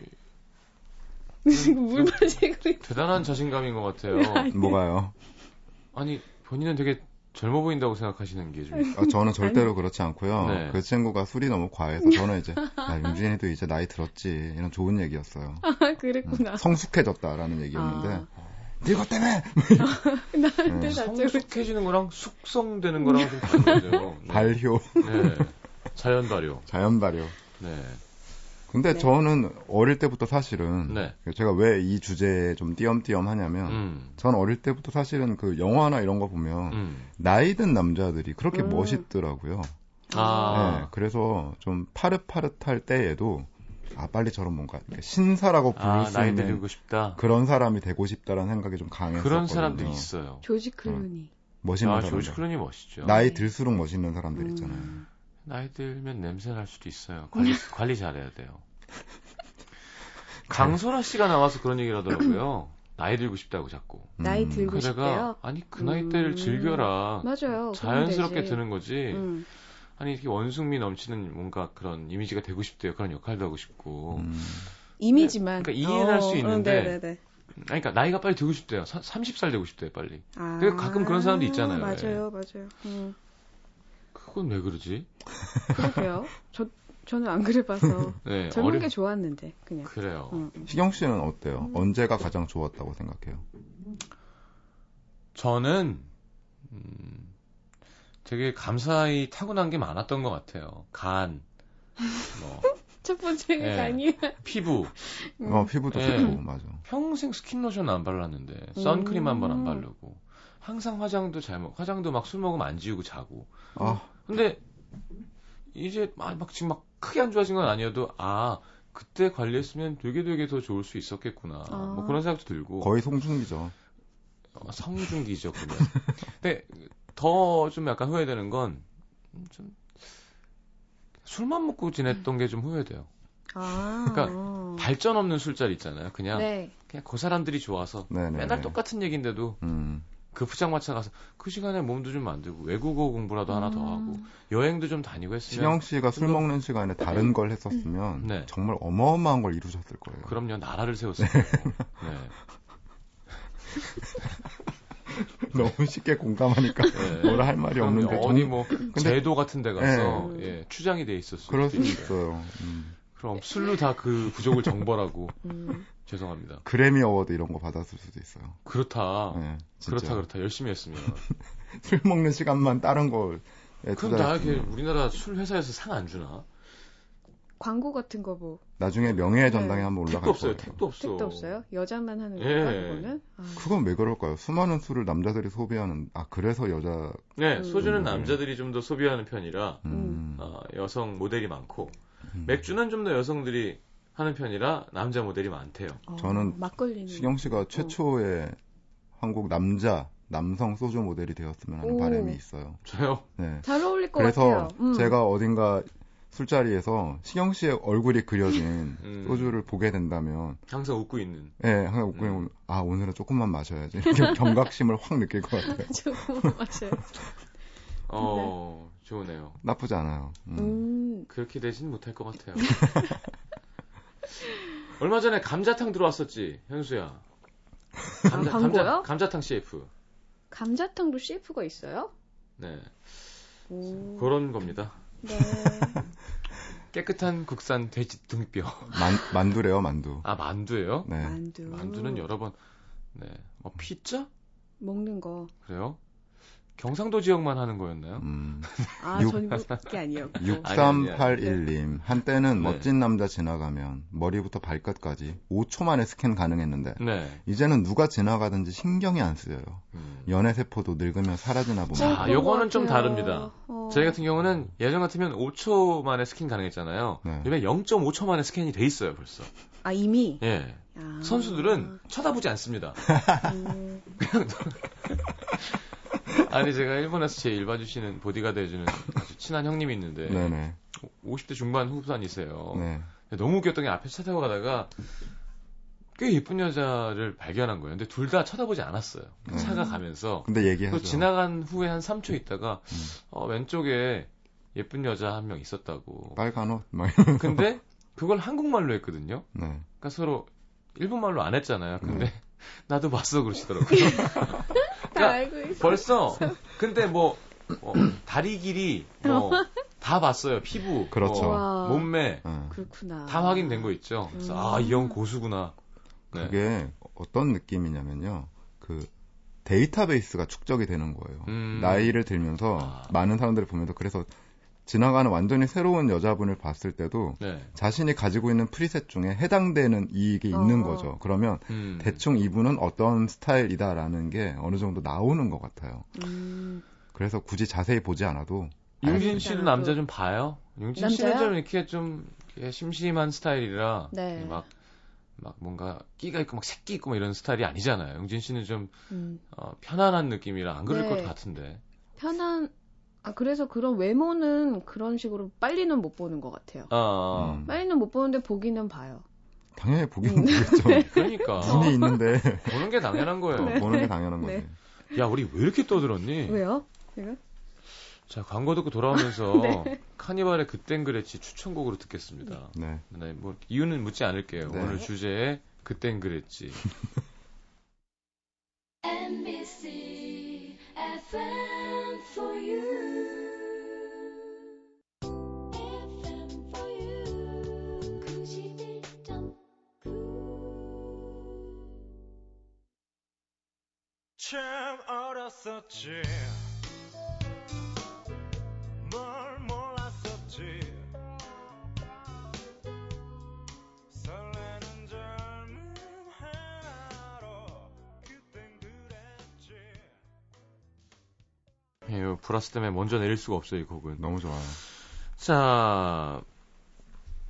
Speaker 1: 음.
Speaker 4: 지금 물 마시고 있-
Speaker 1: 대단한 자신감인 것 같아요.
Speaker 4: 네.
Speaker 3: 뭐가요?
Speaker 1: 아니, 본인은 되게 젊어 보인다고 생각하시는 게 좀.
Speaker 3: 아, 저는 절대로 그렇지 않고요.
Speaker 1: 네.
Speaker 3: 그 친구가 술이 너무 과해서 저는 이제 야, 윤진이도 이제 나이 들었지 이런 좋은 얘기였어요.
Speaker 4: 아,
Speaker 3: 음,
Speaker 4: 그랬구나.
Speaker 3: 성숙해졌다라는 얘기였는데
Speaker 4: 아,
Speaker 3: 늙어 때문에
Speaker 4: 나한테
Speaker 3: 네.
Speaker 4: 자체로
Speaker 1: 성숙해지는 거랑 숙성되는 거랑 좀 다르죠. 네.
Speaker 3: 발효,
Speaker 1: 네. 자연 발효.
Speaker 3: 자연 발효.
Speaker 1: 네.
Speaker 3: 근데
Speaker 4: 네.
Speaker 3: 저는 어릴 때부터 사실은
Speaker 1: 네.
Speaker 3: 제가 왜 이 주제에 좀 띄엄띄엄 하냐면
Speaker 1: 음.
Speaker 3: 전 어릴 때부터 사실은 그 영화나 이런 거 보면
Speaker 1: 음.
Speaker 3: 나이 든 남자들이 그렇게
Speaker 4: 음.
Speaker 3: 멋있더라고요. 네,
Speaker 1: 아.
Speaker 3: 그래서 좀 파릇파릇할 때에도 아 빨리 저런 뭔가 이렇게 신사라고 부를
Speaker 1: 아,
Speaker 3: 수
Speaker 1: 나이
Speaker 3: 있는
Speaker 1: 들고 싶다.
Speaker 3: 그런 사람이 되고 싶다라는 생각이 좀 강했었거든요.
Speaker 1: 그런 사람들이 있어요.
Speaker 4: 조지 클루니.
Speaker 3: 멋있는
Speaker 1: 아,
Speaker 3: 사람들.
Speaker 1: 조지 클론이 멋있죠. 나이...
Speaker 3: 나이 들수록 멋있는 사람들 있잖아요.
Speaker 4: 네. 음.
Speaker 1: 들면 냄새 날 수도 있어요. 관리, 관리 잘해야 돼요.
Speaker 4: 네.
Speaker 1: 강소라 씨가 나와서 그런 얘기를 하더라고요. 나이 들고 싶다고 자꾸.
Speaker 3: 음,
Speaker 4: 나이 들고
Speaker 1: 그래가
Speaker 4: 싶대요.
Speaker 1: 아니 그 나이 때를
Speaker 4: 음.
Speaker 1: 즐겨라.
Speaker 4: 맞아요.
Speaker 1: 자연스럽게
Speaker 4: 그러면 되지.
Speaker 1: 드는 네. 거지.
Speaker 4: 음.
Speaker 1: 아니 이렇게 원숭미 넘치는 뭔가 그런 이미지가 되고 싶대요. 그런 역할도 하고 싶고.
Speaker 3: 음,
Speaker 4: 이미지만.
Speaker 1: 그러니까 이해는 할수
Speaker 4: 어, 어,
Speaker 1: 있는데.
Speaker 4: 네네네.
Speaker 1: 아니, 그러니까 나이가 빨리 들고 싶대요. 사, 30살 되고 싶대요. 빨리.
Speaker 4: 아,
Speaker 1: 그리고 가끔 그런 사람도 있잖아요. 예.
Speaker 4: 맞아요, 맞아요. 음,
Speaker 1: 그건 왜 그러지?
Speaker 4: 그러게요. 저 저는 안 그래봐서
Speaker 1: 네,
Speaker 4: 젊은
Speaker 1: 어려- 그러니까.
Speaker 4: 게 좋았는데 그냥.
Speaker 1: 그래요.
Speaker 4: 음, 음.
Speaker 3: 시경 씨는 어때요? 언제가 가장 좋았다고 생각해요?
Speaker 1: 저는 음, 되게 감사히 타고난 게 많았던 것 같아요. 간, 뭐,
Speaker 4: 첫 번째가
Speaker 1: 예.
Speaker 4: 아니야.
Speaker 1: 피부.
Speaker 4: 음.
Speaker 3: 어, 피부도
Speaker 1: 예.
Speaker 3: 좋고 맞아.
Speaker 1: 평생 스킨로션 안 발랐는데
Speaker 4: 음.
Speaker 1: 선크림 한 번 안 바르고 항상 화장도 잘 먹, 화장도 막 술 먹으면 안 지우고 자고.
Speaker 3: 아,
Speaker 1: 근데 이제 막, 막 지금 막 크게 안 좋아진 건 아니어도 아 그때 관리했으면 되게 되게 더 좋을 수 있었겠구나.
Speaker 4: 아.
Speaker 1: 뭐 그런 생각도 들고.
Speaker 3: 거의 송중기죠.
Speaker 1: 어, 성중기죠, 그러면. 근데 더 좀 약간 후회되는 건 좀 술만 먹고 지냈던 게 좀 후회돼요.
Speaker 4: 아.
Speaker 1: 그러니까 발전 없는 술자리 있잖아요. 그냥
Speaker 4: 네.
Speaker 1: 그냥 그 사람들이 좋아서
Speaker 3: 네네.
Speaker 1: 맨날 똑같은 얘기인데도
Speaker 3: 음,
Speaker 1: 그 포장마차 가서 그 시간에 몸도 좀 만들고 외국어 공부라도 하나 더 하고
Speaker 4: 음.
Speaker 1: 여행도 좀 다니고 했으면
Speaker 3: 시경 씨가 술 먹는 시간에 다른 걸 했었으면
Speaker 1: 음. 네.
Speaker 3: 정말 어마어마한 걸 이루셨을 거예요.
Speaker 1: 그럼요 나라를 세웠을 거고. 네.
Speaker 3: 너무 쉽게 공감하니까
Speaker 1: 그- 네.
Speaker 3: 뭐라 할 말이
Speaker 1: 그럼요.
Speaker 3: 없는데
Speaker 1: 어디
Speaker 3: 정-
Speaker 1: 뭐 제도 같은 데 가서 예, 추장이 돼 있었을
Speaker 3: 그럴 수
Speaker 1: 수도 있어요.
Speaker 3: 있어요. 음.
Speaker 1: 그럼 술로 다 그 부족을 정벌하고
Speaker 4: 음.
Speaker 1: 죄송합니다.
Speaker 3: 그래미 어워드 이런 거 받았을 수도 있어요.
Speaker 1: 그렇다.
Speaker 3: 네, 진짜.
Speaker 1: 아, 그렇다 그렇다 열심히 했으면
Speaker 3: 술 먹는 시간만 다른 걸 네,
Speaker 1: 그럼 나에게
Speaker 3: 투자했으면
Speaker 1: 우리나라 술 회사에서 상 안 주나?
Speaker 4: 광고 같은 거 뭐
Speaker 3: 나중에 명예의 전당에
Speaker 4: 네.
Speaker 3: 한번 올라갈
Speaker 1: 택도 없어요.
Speaker 3: 거예요.
Speaker 1: 택도 없어.
Speaker 4: 택도 없어요? 여자만 하는
Speaker 1: 예.
Speaker 4: 건가 그거는? 아.
Speaker 3: 그건 왜 그럴까요? 수많은 술을 남자들이 소비하는 아 그래서 여자
Speaker 1: 네,
Speaker 4: 음.
Speaker 1: 소주는
Speaker 3: 음.
Speaker 1: 남자들이 좀 더 소비하는 편이라
Speaker 3: 음,
Speaker 1: 어, 여성 모델이 많고
Speaker 3: 음.
Speaker 1: 맥주는 좀 더 여성들이 하는 편이라 남자 모델이 많대요.
Speaker 4: 어,
Speaker 3: 저는
Speaker 4: 막걸리는
Speaker 3: 시경
Speaker 4: 어.
Speaker 3: 씨가 최초의 한국 남자 남성 소주 모델이 되었으면 하는
Speaker 4: 오.
Speaker 3: 바람이 있어요.
Speaker 1: 저요.
Speaker 3: 네.
Speaker 4: 잘 어울릴 것
Speaker 3: 그래서
Speaker 4: 같아요. 음.
Speaker 3: 제가 어딘가 술자리에서 시경 씨의 얼굴이 그려진
Speaker 1: 음.
Speaker 3: 소주를 보게 된다면
Speaker 1: 항상 웃고 있는.
Speaker 3: 예, 항상
Speaker 4: 음.
Speaker 3: 웃고 있는 아 오늘은 조금만 마셔야지 이렇게 경각심을 확 느낄 것 같아요.
Speaker 4: 조금 맞아요.
Speaker 1: 어, 좋으네요.
Speaker 3: 나쁘지 않아요. 음.
Speaker 4: 음.
Speaker 1: 그렇게 되진 못할 것 같아요. 얼마 전에 감자탕 들어왔었지, 현수야. 감자, 감자,
Speaker 4: 광고요?
Speaker 1: 감자탕 CF.
Speaker 4: 감자탕도 CF가 있어요?
Speaker 1: 네,
Speaker 4: 오.
Speaker 1: 그런 겁니다.
Speaker 4: 네.
Speaker 1: 깨끗한 국산 돼지 등뼈.
Speaker 3: 만, 만두래요 만두.
Speaker 1: 아 만두예요?
Speaker 3: 네.
Speaker 1: 음.
Speaker 4: 만두.
Speaker 1: 만두는 여러 번. 네. 뭐 피자?
Speaker 4: 먹는 거.
Speaker 1: 그래요? 경상도 지역만 하는 거였나요?
Speaker 3: 음.
Speaker 4: 아,
Speaker 3: 육.
Speaker 4: 전국이 아니었고.
Speaker 1: 아니, 아니.
Speaker 3: 6381님 한때는
Speaker 1: 네.
Speaker 3: 멋진 남자 지나가면 머리부터 발끝까지 5초 만에 스캔 가능했는데
Speaker 1: 네.
Speaker 3: 이제는 누가 지나가든지 신경이 안 쓰여요.
Speaker 1: 음.
Speaker 3: 연애 세포도 늙으면 사라지나 보니
Speaker 1: 자,
Speaker 4: 어, 그런
Speaker 1: 아, 요거는
Speaker 4: 것
Speaker 1: 좀
Speaker 4: 같아요.
Speaker 1: 다릅니다.
Speaker 4: 어.
Speaker 1: 저희 같은 경우는 예전 같으면 5초 만에 스킨 가능했잖아요.
Speaker 3: 네.
Speaker 1: 요즘에 0.5초 만에 스캔이 돼 있어요, 벌써.
Speaker 4: 아, 이미?
Speaker 1: 예.
Speaker 4: 아.
Speaker 1: 선수들은 쳐다보지 않습니다.
Speaker 4: 음.
Speaker 1: 아니, 제가 일본에서 제 일 봐주시는 보디가드 해주는 아주 친한 형님이 있는데,
Speaker 3: 네네.
Speaker 1: 50대 중반 후반이세요.
Speaker 3: 네.
Speaker 1: 너무 웃겼던 게 앞에 차 타고 가다가 꽤 예쁜 여자를 발견한 거예요. 근데 둘 다 쳐다보지 않았어요. 그
Speaker 3: 네.
Speaker 1: 차가 가면서.
Speaker 3: 근데
Speaker 1: 또
Speaker 3: 얘기하죠.
Speaker 1: 그
Speaker 3: 음.
Speaker 1: 지나간 후에 한 3초 있다가 어, 왼쪽에 예쁜 여자 한 명 있었다고.
Speaker 3: 빨간 옷. 막.
Speaker 1: 근데 그걸 한국말로 했거든요.
Speaker 3: 네.
Speaker 1: 그러니까 서로 일본말로 안 했잖아요. 근데
Speaker 3: 음.
Speaker 1: 나도 봤어 그러시더라고요.
Speaker 4: 다 알고 있어.
Speaker 1: 그러니까 벌써 근데 뭐 어, 다리 길이 뭐 다 봤어요. 피부,
Speaker 3: 그렇죠.
Speaker 1: 뭐,
Speaker 4: 와.
Speaker 1: 몸매
Speaker 3: 어.
Speaker 4: 그렇구나.
Speaker 1: 다 확인된 거 있죠. 그래서 아 이 형 고수구나. 네.
Speaker 3: 그게 어떤 느낌이냐면요. 그 데이터베이스가 축적이 되는 거예요.
Speaker 1: 음.
Speaker 3: 나이를 들면서
Speaker 1: 아.
Speaker 3: 많은 사람들을 보면서 그래서 지나가는 완전히 새로운 여자분을 봤을 때도
Speaker 1: 네.
Speaker 3: 자신이 가지고 있는 프리셋 중에 해당되는 이익이 있는
Speaker 4: 어.
Speaker 3: 거죠. 그러면
Speaker 1: 음.
Speaker 3: 대충 이분은 어떤 스타일이다라는 게 어느 정도 나오는 것 같아요.
Speaker 4: 음,
Speaker 3: 그래서 굳이 자세히 보지 않아도
Speaker 1: 융진 씨도
Speaker 4: 알겠습니다.
Speaker 1: 남자 좀 봐요. 융진 씨는
Speaker 4: 그 남자요?
Speaker 1: 좀 이렇게 좀 이렇게 심심한 스타일이라
Speaker 4: 네.
Speaker 1: 막, 막 뭔가 끼가 있고 막 새끼 있고 막 이런 스타일이 아니잖아요. 융진 씨는 좀
Speaker 4: 음.
Speaker 1: 어, 편안한 느낌이라 안 그럴
Speaker 4: 네.
Speaker 1: 것 같은데.
Speaker 4: 편한 아 그래서 그런 외모는 그런 식으로 빨리는 못 보는 것 같아요.
Speaker 1: 아, 아,
Speaker 3: 음.
Speaker 4: 빨리는 못 보는데 보기는 봐요.
Speaker 3: 당연히 보기는
Speaker 4: 네. 음.
Speaker 3: 보겠죠.
Speaker 1: 그러니까
Speaker 3: 눈이 있는데
Speaker 1: 보는 게 당연한 거예요.
Speaker 3: 어, 보는 게 당연한
Speaker 4: 네.
Speaker 3: 거지.
Speaker 1: 야, 우리 왜 이렇게 떠들었니?
Speaker 4: 왜요? 제가?
Speaker 1: 자, 광고 듣고 돌아오면서
Speaker 4: 네.
Speaker 1: 카니발의 그땐 그랬지 추천곡으로 듣겠습니다.
Speaker 3: 네.
Speaker 1: 네, 뭐 이유는 묻지 않을게요.
Speaker 3: 네.
Speaker 1: 오늘 주제에 그땐 그랬지.
Speaker 5: NBC FM for you. FM for you. 91.9.
Speaker 2: 참 어렸었지 뭘 몰랐었지 설레는 젊음 하나로 그땐 그랬지
Speaker 1: 예, 요 브라스 때문에 먼저 내릴 수가 없어요, 이 곡은.
Speaker 3: 너무 좋아요.
Speaker 1: 자,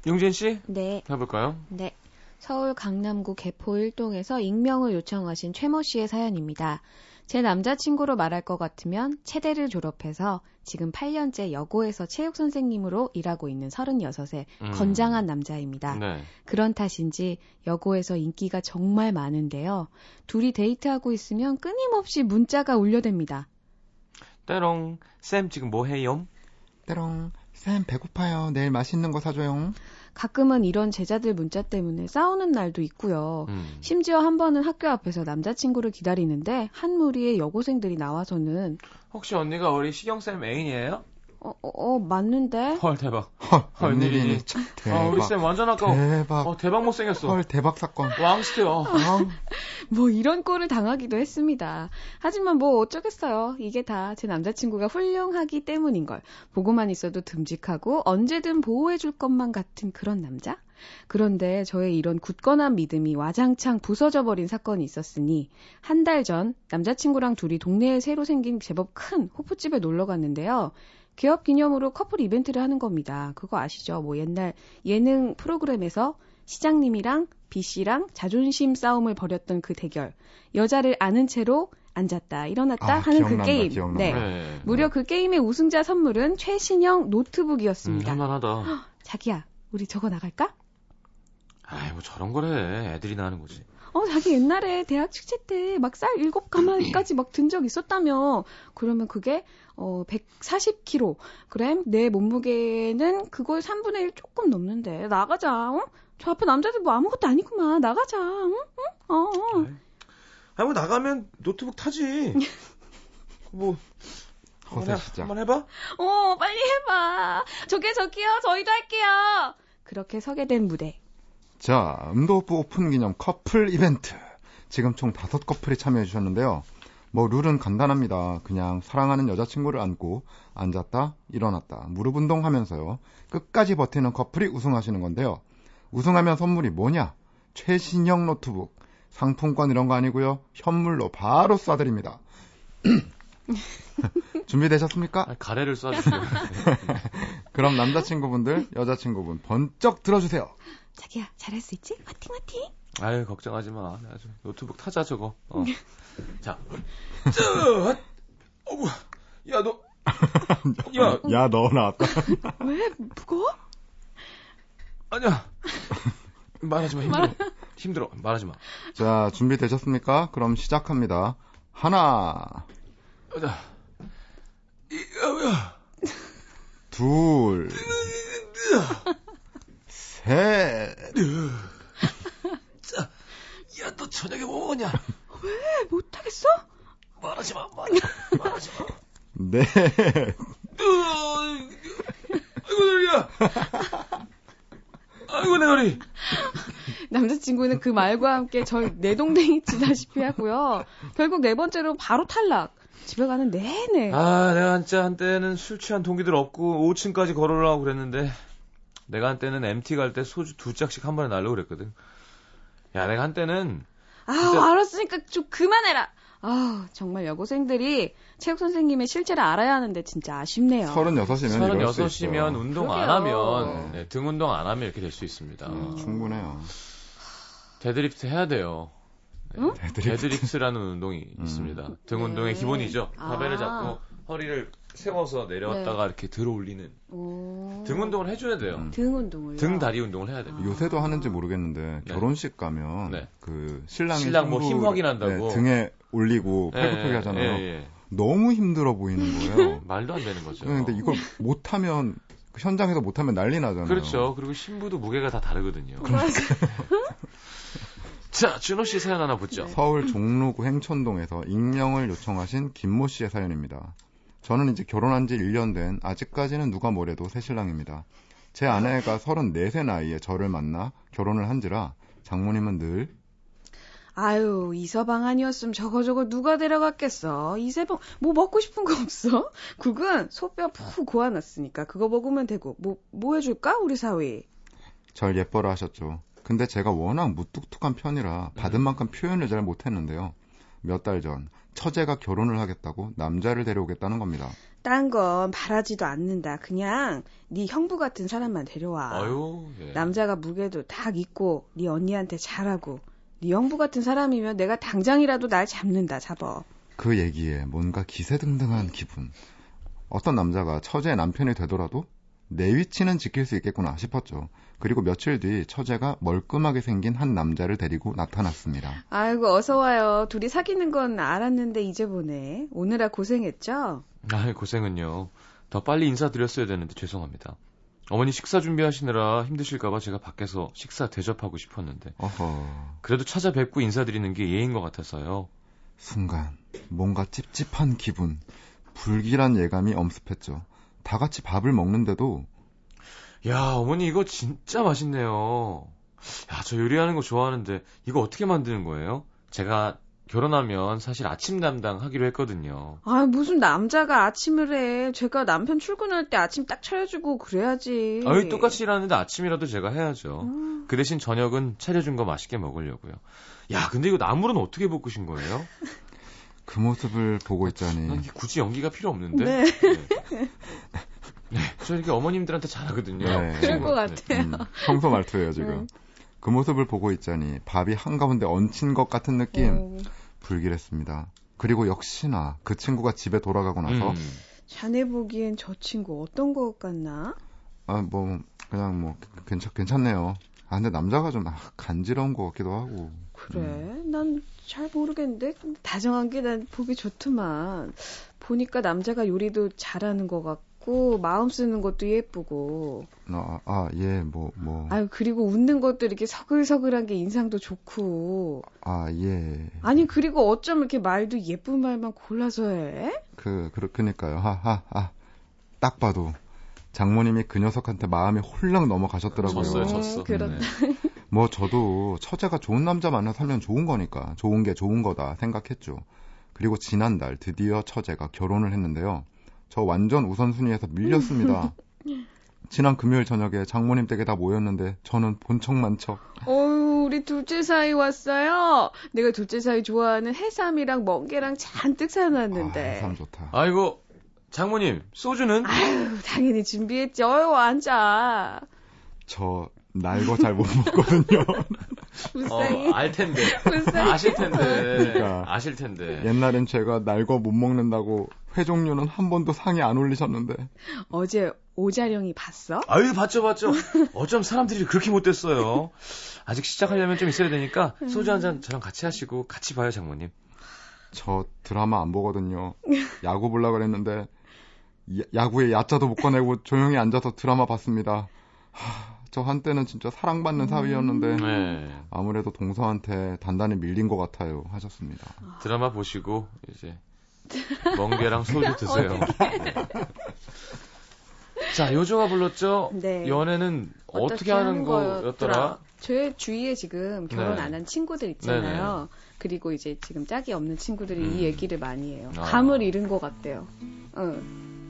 Speaker 1: 용진 씨
Speaker 4: 네,
Speaker 1: 해볼까요?
Speaker 4: 네. 서울 강남구 개포 1동에서 익명을 요청하신 최모 씨의 사연입니다. 제 남자친구로 말할 것 같으면 체대를 졸업해서 지금 8년째 여고에서 체육 선생님으로 일하고 있는 36세
Speaker 1: 음.
Speaker 4: 건장한 남자입니다.
Speaker 1: 네.
Speaker 4: 그런 탓인지 여고에서 인기가 정말 많은데요. 둘이 데이트하고 있으면 끊임없이 문자가 울려댑니다.
Speaker 1: 때롱 쌤 지금 뭐 해요?
Speaker 3: 때롱 쌤 배고파요. 내일 맛있는 거 사줘요.
Speaker 4: 가끔은 이런 제자들 문자 때문에 싸우는 날도 있고요.
Speaker 1: 음.
Speaker 4: 심지어 한 번은 학교 앞에서 남자친구를 기다리는데 한 무리의 여고생들이 나와서는
Speaker 1: 혹시 언니가 우리 시경 쌤 애인이에요?
Speaker 4: 어, 어, 어, 맞는데?
Speaker 1: 헐 대박.
Speaker 3: 헐,
Speaker 1: 웬일이니?
Speaker 3: 웬일이니? 참 대박.
Speaker 1: 아 우리 쌤 완전 아까워.
Speaker 3: 대박.
Speaker 1: 어 대박 못 생겼어.
Speaker 3: 네. 헐, 대박 사건.
Speaker 1: 왕스테어.
Speaker 3: 아우,
Speaker 4: 뭐 이런 꼴을 당하기도 했습니다. 하지만 뭐 어쩌겠어요. 이게 다 제 남자친구가 훌륭하기 때문인 걸. 보고만 있어도 듬직하고 언제든 보호해 줄 것만 같은 그런 남자? 그런데 저의 이런 굳건한 믿음이 와장창 부서져 버린 사건이 있었으니 한 달 전 남자친구랑 둘이 동네에 새로 생긴 제법 큰 호프집에 놀러 갔는데요. 개업 기념으로 커플 이벤트를 하는 겁니다. 그거 아시죠? 뭐 옛날 예능 프로그램에서 시장님이랑 B 씨랑 자존심 싸움을 벌였던 그 대결. 여자를 아는 채로 앉았다, 일어났다
Speaker 3: 아,
Speaker 4: 하는 그
Speaker 3: 기억난다,
Speaker 4: 게임.
Speaker 3: 기억난다.
Speaker 4: 네.
Speaker 1: 네.
Speaker 4: 무려 그 게임의 우승자 선물은 최신형
Speaker 1: 음,
Speaker 4: 노트북이었습니다.
Speaker 1: 할만하다.
Speaker 4: 자기야, 우리 저거 나갈까?
Speaker 1: 아이 뭐 저런 거래. 애들이 나는 거지.
Speaker 4: 어, 자기 옛날에 대학 축제 때 막 쌀 일곱 가마까지 막 든 적 있었다며. 그러면 그게 어 140kg. 내 몸무게는 그걸 3분의 1 조금 넘는데. 나가자. 어? 저 앞에 남자들 뭐 아무것도 아니구만. 나가자. 응? 응? 어, 어.
Speaker 1: 아니 뭐 나가면 노트북 타지. 뭐
Speaker 3: 허세 시작.
Speaker 1: 해봐.
Speaker 4: 어, 빨리 해 봐. 저게 저기요. 저희도 할게요. 그렇게 서게 된 무대.
Speaker 3: 자, 음도호프 오픈 기념 커플 이벤트. 지금 총 다섯 커플이 참여해 주셨는데요. 뭐 룰은 간단합니다. 그냥 사랑하는 여자친구를 안고 앉았다, 일어났다, 무릎 운동하면서요. 끝까지 버티는 커플이 우승하시는 건데요. 우승하면 선물이 뭐냐? 최신형 노트북, 상품권 이런 거 아니고요. 현물로 바로 쏴드립니다. 준비되셨습니까?
Speaker 1: 아니, 가래를 쏴주세요.
Speaker 3: 그럼 남자친구분들, 여자친구분 번쩍 들어주세요.
Speaker 4: 자기야, 잘할 수 있지? 화팅 화팅.
Speaker 1: 아유 걱정하지 마. 나 좀 노트북 타자 저거. 어. 자, 쯔! 어우, 야 너, 야
Speaker 3: 야, 너 나왔다.
Speaker 4: 왜 무거워?
Speaker 1: 아니야. 말하지 마 힘들어. 힘들어. 말하지 마.
Speaker 3: 자, 준비되셨습니까? 그럼 시작합니다. 하나,
Speaker 1: 자, 이거야.
Speaker 3: 둘, 셋.
Speaker 1: 야너 저녁에 뭐 먹었냐?
Speaker 4: 왜 못하겠어?
Speaker 1: 말하지 마. 말하지 마. 말하지 마.
Speaker 3: 넷
Speaker 1: 으, 아이고 다리야. 아이고 내 다리.
Speaker 4: 남자친구 친구는 그 말과 함께 저희 내 동댕이 치다시피 하고요. 결국 네 번째로 바로 탈락. 집에 가는 내내.
Speaker 1: 아, 내가 진짜 한때는 술 취한 동기들 없고 5층까지 걸어올라고 그랬는데 내가 한때는 MT 갈 때 소주 두 짝씩 한 번에 날려고 그랬거든. 야, 내가 한때는
Speaker 4: 아,
Speaker 1: 진짜-
Speaker 4: 알았으니까 좀 그만해라. 아, 정말 여고생들이 체육 선생님의 실제를 알아야 하는데 진짜 아쉽네요.
Speaker 3: 36이면 이럴 수 있죠.
Speaker 1: 36이면 운동 안
Speaker 4: 그러게요. 어.
Speaker 1: 하면 네, 등 운동 안 하면 이렇게 될 수 있습니다.
Speaker 3: 음, 충분해요.
Speaker 1: 데드리프트 해야 돼요.
Speaker 4: 응?
Speaker 1: 네.
Speaker 3: 애들이
Speaker 1: 데드리프트라는 운동이
Speaker 3: 음.
Speaker 1: 있습니다. 등
Speaker 4: 네.
Speaker 1: 운동의 기본이죠.
Speaker 4: 아. 네.
Speaker 1: 바벨을 잡고 허리를 세워서 내려왔다가 이렇게 들어 올리는
Speaker 4: 음. 오.
Speaker 1: 등 운동을 해줘야 돼요.
Speaker 3: 음.
Speaker 4: 등 운동을.
Speaker 1: 등 다리 운동을 해야 됩니다.
Speaker 3: 요새도 하는지 모르겠는데
Speaker 1: 네.
Speaker 3: 결혼식 가면
Speaker 1: 네.
Speaker 3: 그 신랑이
Speaker 1: 신랑 뭐힘
Speaker 3: 성부를-
Speaker 1: 확인한다고.
Speaker 3: 네, 등에 올리고
Speaker 1: 예,
Speaker 3: 팔굽혀펴기 하잖아요.
Speaker 1: 예, 예.
Speaker 3: 너무 힘들어 보이는 거예요.
Speaker 1: 말도 안 되는 거죠.
Speaker 3: 네, 근데 이걸 못하면 그 현장에서 못하면 난리 나잖아요.
Speaker 1: 그렇죠. 그리고 신부도 무게가 다 다르거든요. 자, 준호 씨 사연 하나 보죠.
Speaker 4: 네.
Speaker 3: 서울 종로구 행천동에서 익명을 요청하신 김모 씨의 사연입니다. 저는 이제 결혼한 지 1년 된 아직까지는 누가 뭐래도 새신랑입니다. 제 아내가 34세 나이에 저를 만나 결혼을 한지라 장모님은 늘
Speaker 4: 아유, 이서방 아니었으면 저거 저거 누가 데려갔겠어. 이세방 뭐 먹고 싶은 거 없어? 국은 소뼈 푹 고아놨으니까 그거 먹으면 되고 뭐 뭐 해줄까 우리 사위?
Speaker 3: 절 예뻐라 하셨죠. 근데 제가 워낙 무뚝뚝한 편이라 받은 만큼 표현을 잘 못했는데요. 몇 달 전 처제가 결혼을 하겠다고 남자를 데려오겠다는 겁니다.
Speaker 4: 딴 건 바라지도 않는다. 그냥 네 형부 같은 사람만 데려와.
Speaker 1: 아유, 예.
Speaker 4: 남자가 무게도 딱 있고 네 언니한테 잘하고 네 형부 같은 사람이면 내가 당장이라도 날 잡는다 잡어.
Speaker 3: 그 얘기에 뭔가 기세등등한 기분. 어떤 남자가 처제의 남편이 되더라도 내 위치는 지킬 수 있겠구나 싶었죠. 그리고 며칠 뒤 처제가 멀끔하게 생긴 한 남자를 데리고 나타났습니다.
Speaker 4: 아이고 어서 와요. 둘이 사귀는 건 알았는데 이제 보네. 오느라 고생했죠?
Speaker 1: 아이, 고생은요. 더 빨리 인사드렸어야 되는데 죄송합니다. 어머니 식사 준비하시느라 힘드실까봐 제가 밖에서 식사 대접하고 싶었는데
Speaker 3: 어허.
Speaker 1: 그래도 찾아뵙고 인사드리는 게 예인 것 같아서요.
Speaker 3: 순간 뭔가 찝찝한 기분, 불길한 예감이 엄습했죠. 다 같이 밥을 먹는데도
Speaker 1: 야, 어머니 이거 진짜 맛있네요. 야, 저 요리하는 거 좋아하는데 이거 어떻게 만드는 거예요? 제가 결혼하면 사실 아침 담당 하기로 했거든요.
Speaker 4: 아 무슨 남자가 아침을 해. 제가 남편 출근할 때 아침 딱 차려주고 그래야지.
Speaker 1: 아유, 똑같이 일하는데 아침이라도 제가 해야죠. 그 대신 저녁은 차려준 거 맛있게 먹으려고요. 야, 근데 이거 나물은 어떻게 볶으신 거예요?
Speaker 3: 그 모습을 보고
Speaker 1: 난
Speaker 3: 있자니
Speaker 1: 이게 굳이 연기가 필요 없는데.
Speaker 4: 네.
Speaker 1: 네. 네, 저 이렇게 어머님들한테 잘하거든요.
Speaker 3: 네.
Speaker 4: 그럴 것
Speaker 1: 네.
Speaker 4: 같아.
Speaker 3: 음, 평소 말투예요 지금. 그 모습을 보고 있자니 밥이 한가운데 얹힌 것 같은 느낌.
Speaker 4: 어,
Speaker 3: 불길했습니다. 그리고 역시나 그 친구가 집에 돌아가고 나서
Speaker 1: 음.
Speaker 4: 자네 보기엔 저 친구 어떤 것 같나?
Speaker 3: 아 뭐 그냥 뭐 괜찮 괜찮네요. 아 근데 남자가 좀 아, 간지러운 것 같기도 하고
Speaker 4: 그래, 난 잘 모르겠는데 다정한 게 난 보기 좋더만 보니까 남자가 요리도 잘하는 것 같고 마음 쓰는 것도 예쁘고
Speaker 3: 음. 아예뭐 뭐
Speaker 4: 아유 그리고 웃는 것도 이렇게 서글서글한 게 인상도 좋고
Speaker 3: 음. 아예그
Speaker 4: 아니 그리고 어쩜 이렇게 말도 예쁜 말만 골라서 해?
Speaker 3: 그러 그니까요 하하하 딱 봐도 장모님이 그 녀석한테 마음이 홀랑 넘어가셨더라고요.
Speaker 1: 졌어요,
Speaker 4: 음,
Speaker 1: 졌어. 네.
Speaker 4: 그렇다.
Speaker 3: 뭐 저도 처제가 좋은 남자 만나 살면 좋은 거니까 좋은 게 좋은 거다 생각했죠. 그리고 지난달 드디어 처제가 결혼을 했는데요. 저 완전 우선순위에서 밀렸습니다. 지난 금요일 저녁에 장모님 댁에 다 모였는데 저는 본척만 척
Speaker 4: 어유 우리 둘째 사이 왔어요. 내가 둘째 사이 좋아하는 해삼이랑 멍게랑 잔뜩
Speaker 3: 아,
Speaker 4: 사놨는데.
Speaker 3: 참 좋다.
Speaker 1: 아이고, 장모님, 소주는?
Speaker 4: 아유, 당연히 준비했지. 어유 앉아.
Speaker 3: 저 날거 잘 못 먹거든요.
Speaker 4: 불쌍해.
Speaker 1: 어, 알 텐데.
Speaker 4: 불쌍해.
Speaker 1: 아실 텐데.
Speaker 3: 그러니까.
Speaker 1: 아실 텐데.
Speaker 3: 옛날엔 제가 날거 못 먹는다고 회종류는 한 번도 상에 안 올리셨는데
Speaker 4: 어제 오자령이 봤어?
Speaker 1: 아유, 봤죠, 봤죠. 어쩜 사람들이 그렇게 못됐어요. 아직 시작하려면 좀 있어야 되니까 소주 한 잔 저랑 같이 하시고 같이 봐요, 장모님.
Speaker 3: 저 드라마 안 보거든요. 야구 보려고 그랬는데 야- 야구에 야자도 못 꺼내고 조용히 앉아서 드라마 봤습니다. 하, 저 한때는 진짜 사랑받는 사위였는데
Speaker 1: 네.
Speaker 3: 아무래도 동서한테 단단히 밀린 것 같아요 하셨습니다.
Speaker 1: 드라마 보시고, 이제, 멍게랑 소주 드세요. 자, 요조가 불렀죠?
Speaker 4: 네.
Speaker 1: 연애는 어떻게 하는 거였더라?
Speaker 4: 제 주위에 지금 결혼
Speaker 1: 네.
Speaker 4: 안 한 친구들 있잖아요. 그리고 이제 지금 짝이 없는 친구들이
Speaker 1: 음.
Speaker 4: 이 얘기를 많이 해요.
Speaker 1: 아.
Speaker 4: 감을 잃은 것 같대요. 어,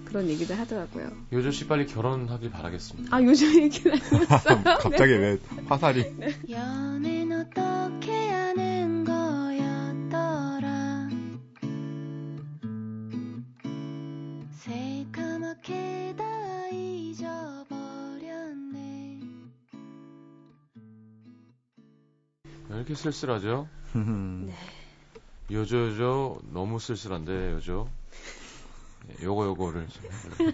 Speaker 4: 그런 얘기들 하더라고요.
Speaker 1: 요조 씨 빨리 결혼하길 바라겠습니다.
Speaker 4: 아, 요즘 얘기는 아니었어요?
Speaker 3: 갑자기 왜 화살이
Speaker 5: 연애는 어떻게 하는 거였더라 새까맣게 다 잊어버렸네
Speaker 1: 왜 이렇게 쓸쓸하죠? 요조 요조 너무 쓸쓸한데 요조. 예, 요거 요거를 좀 해볼래요?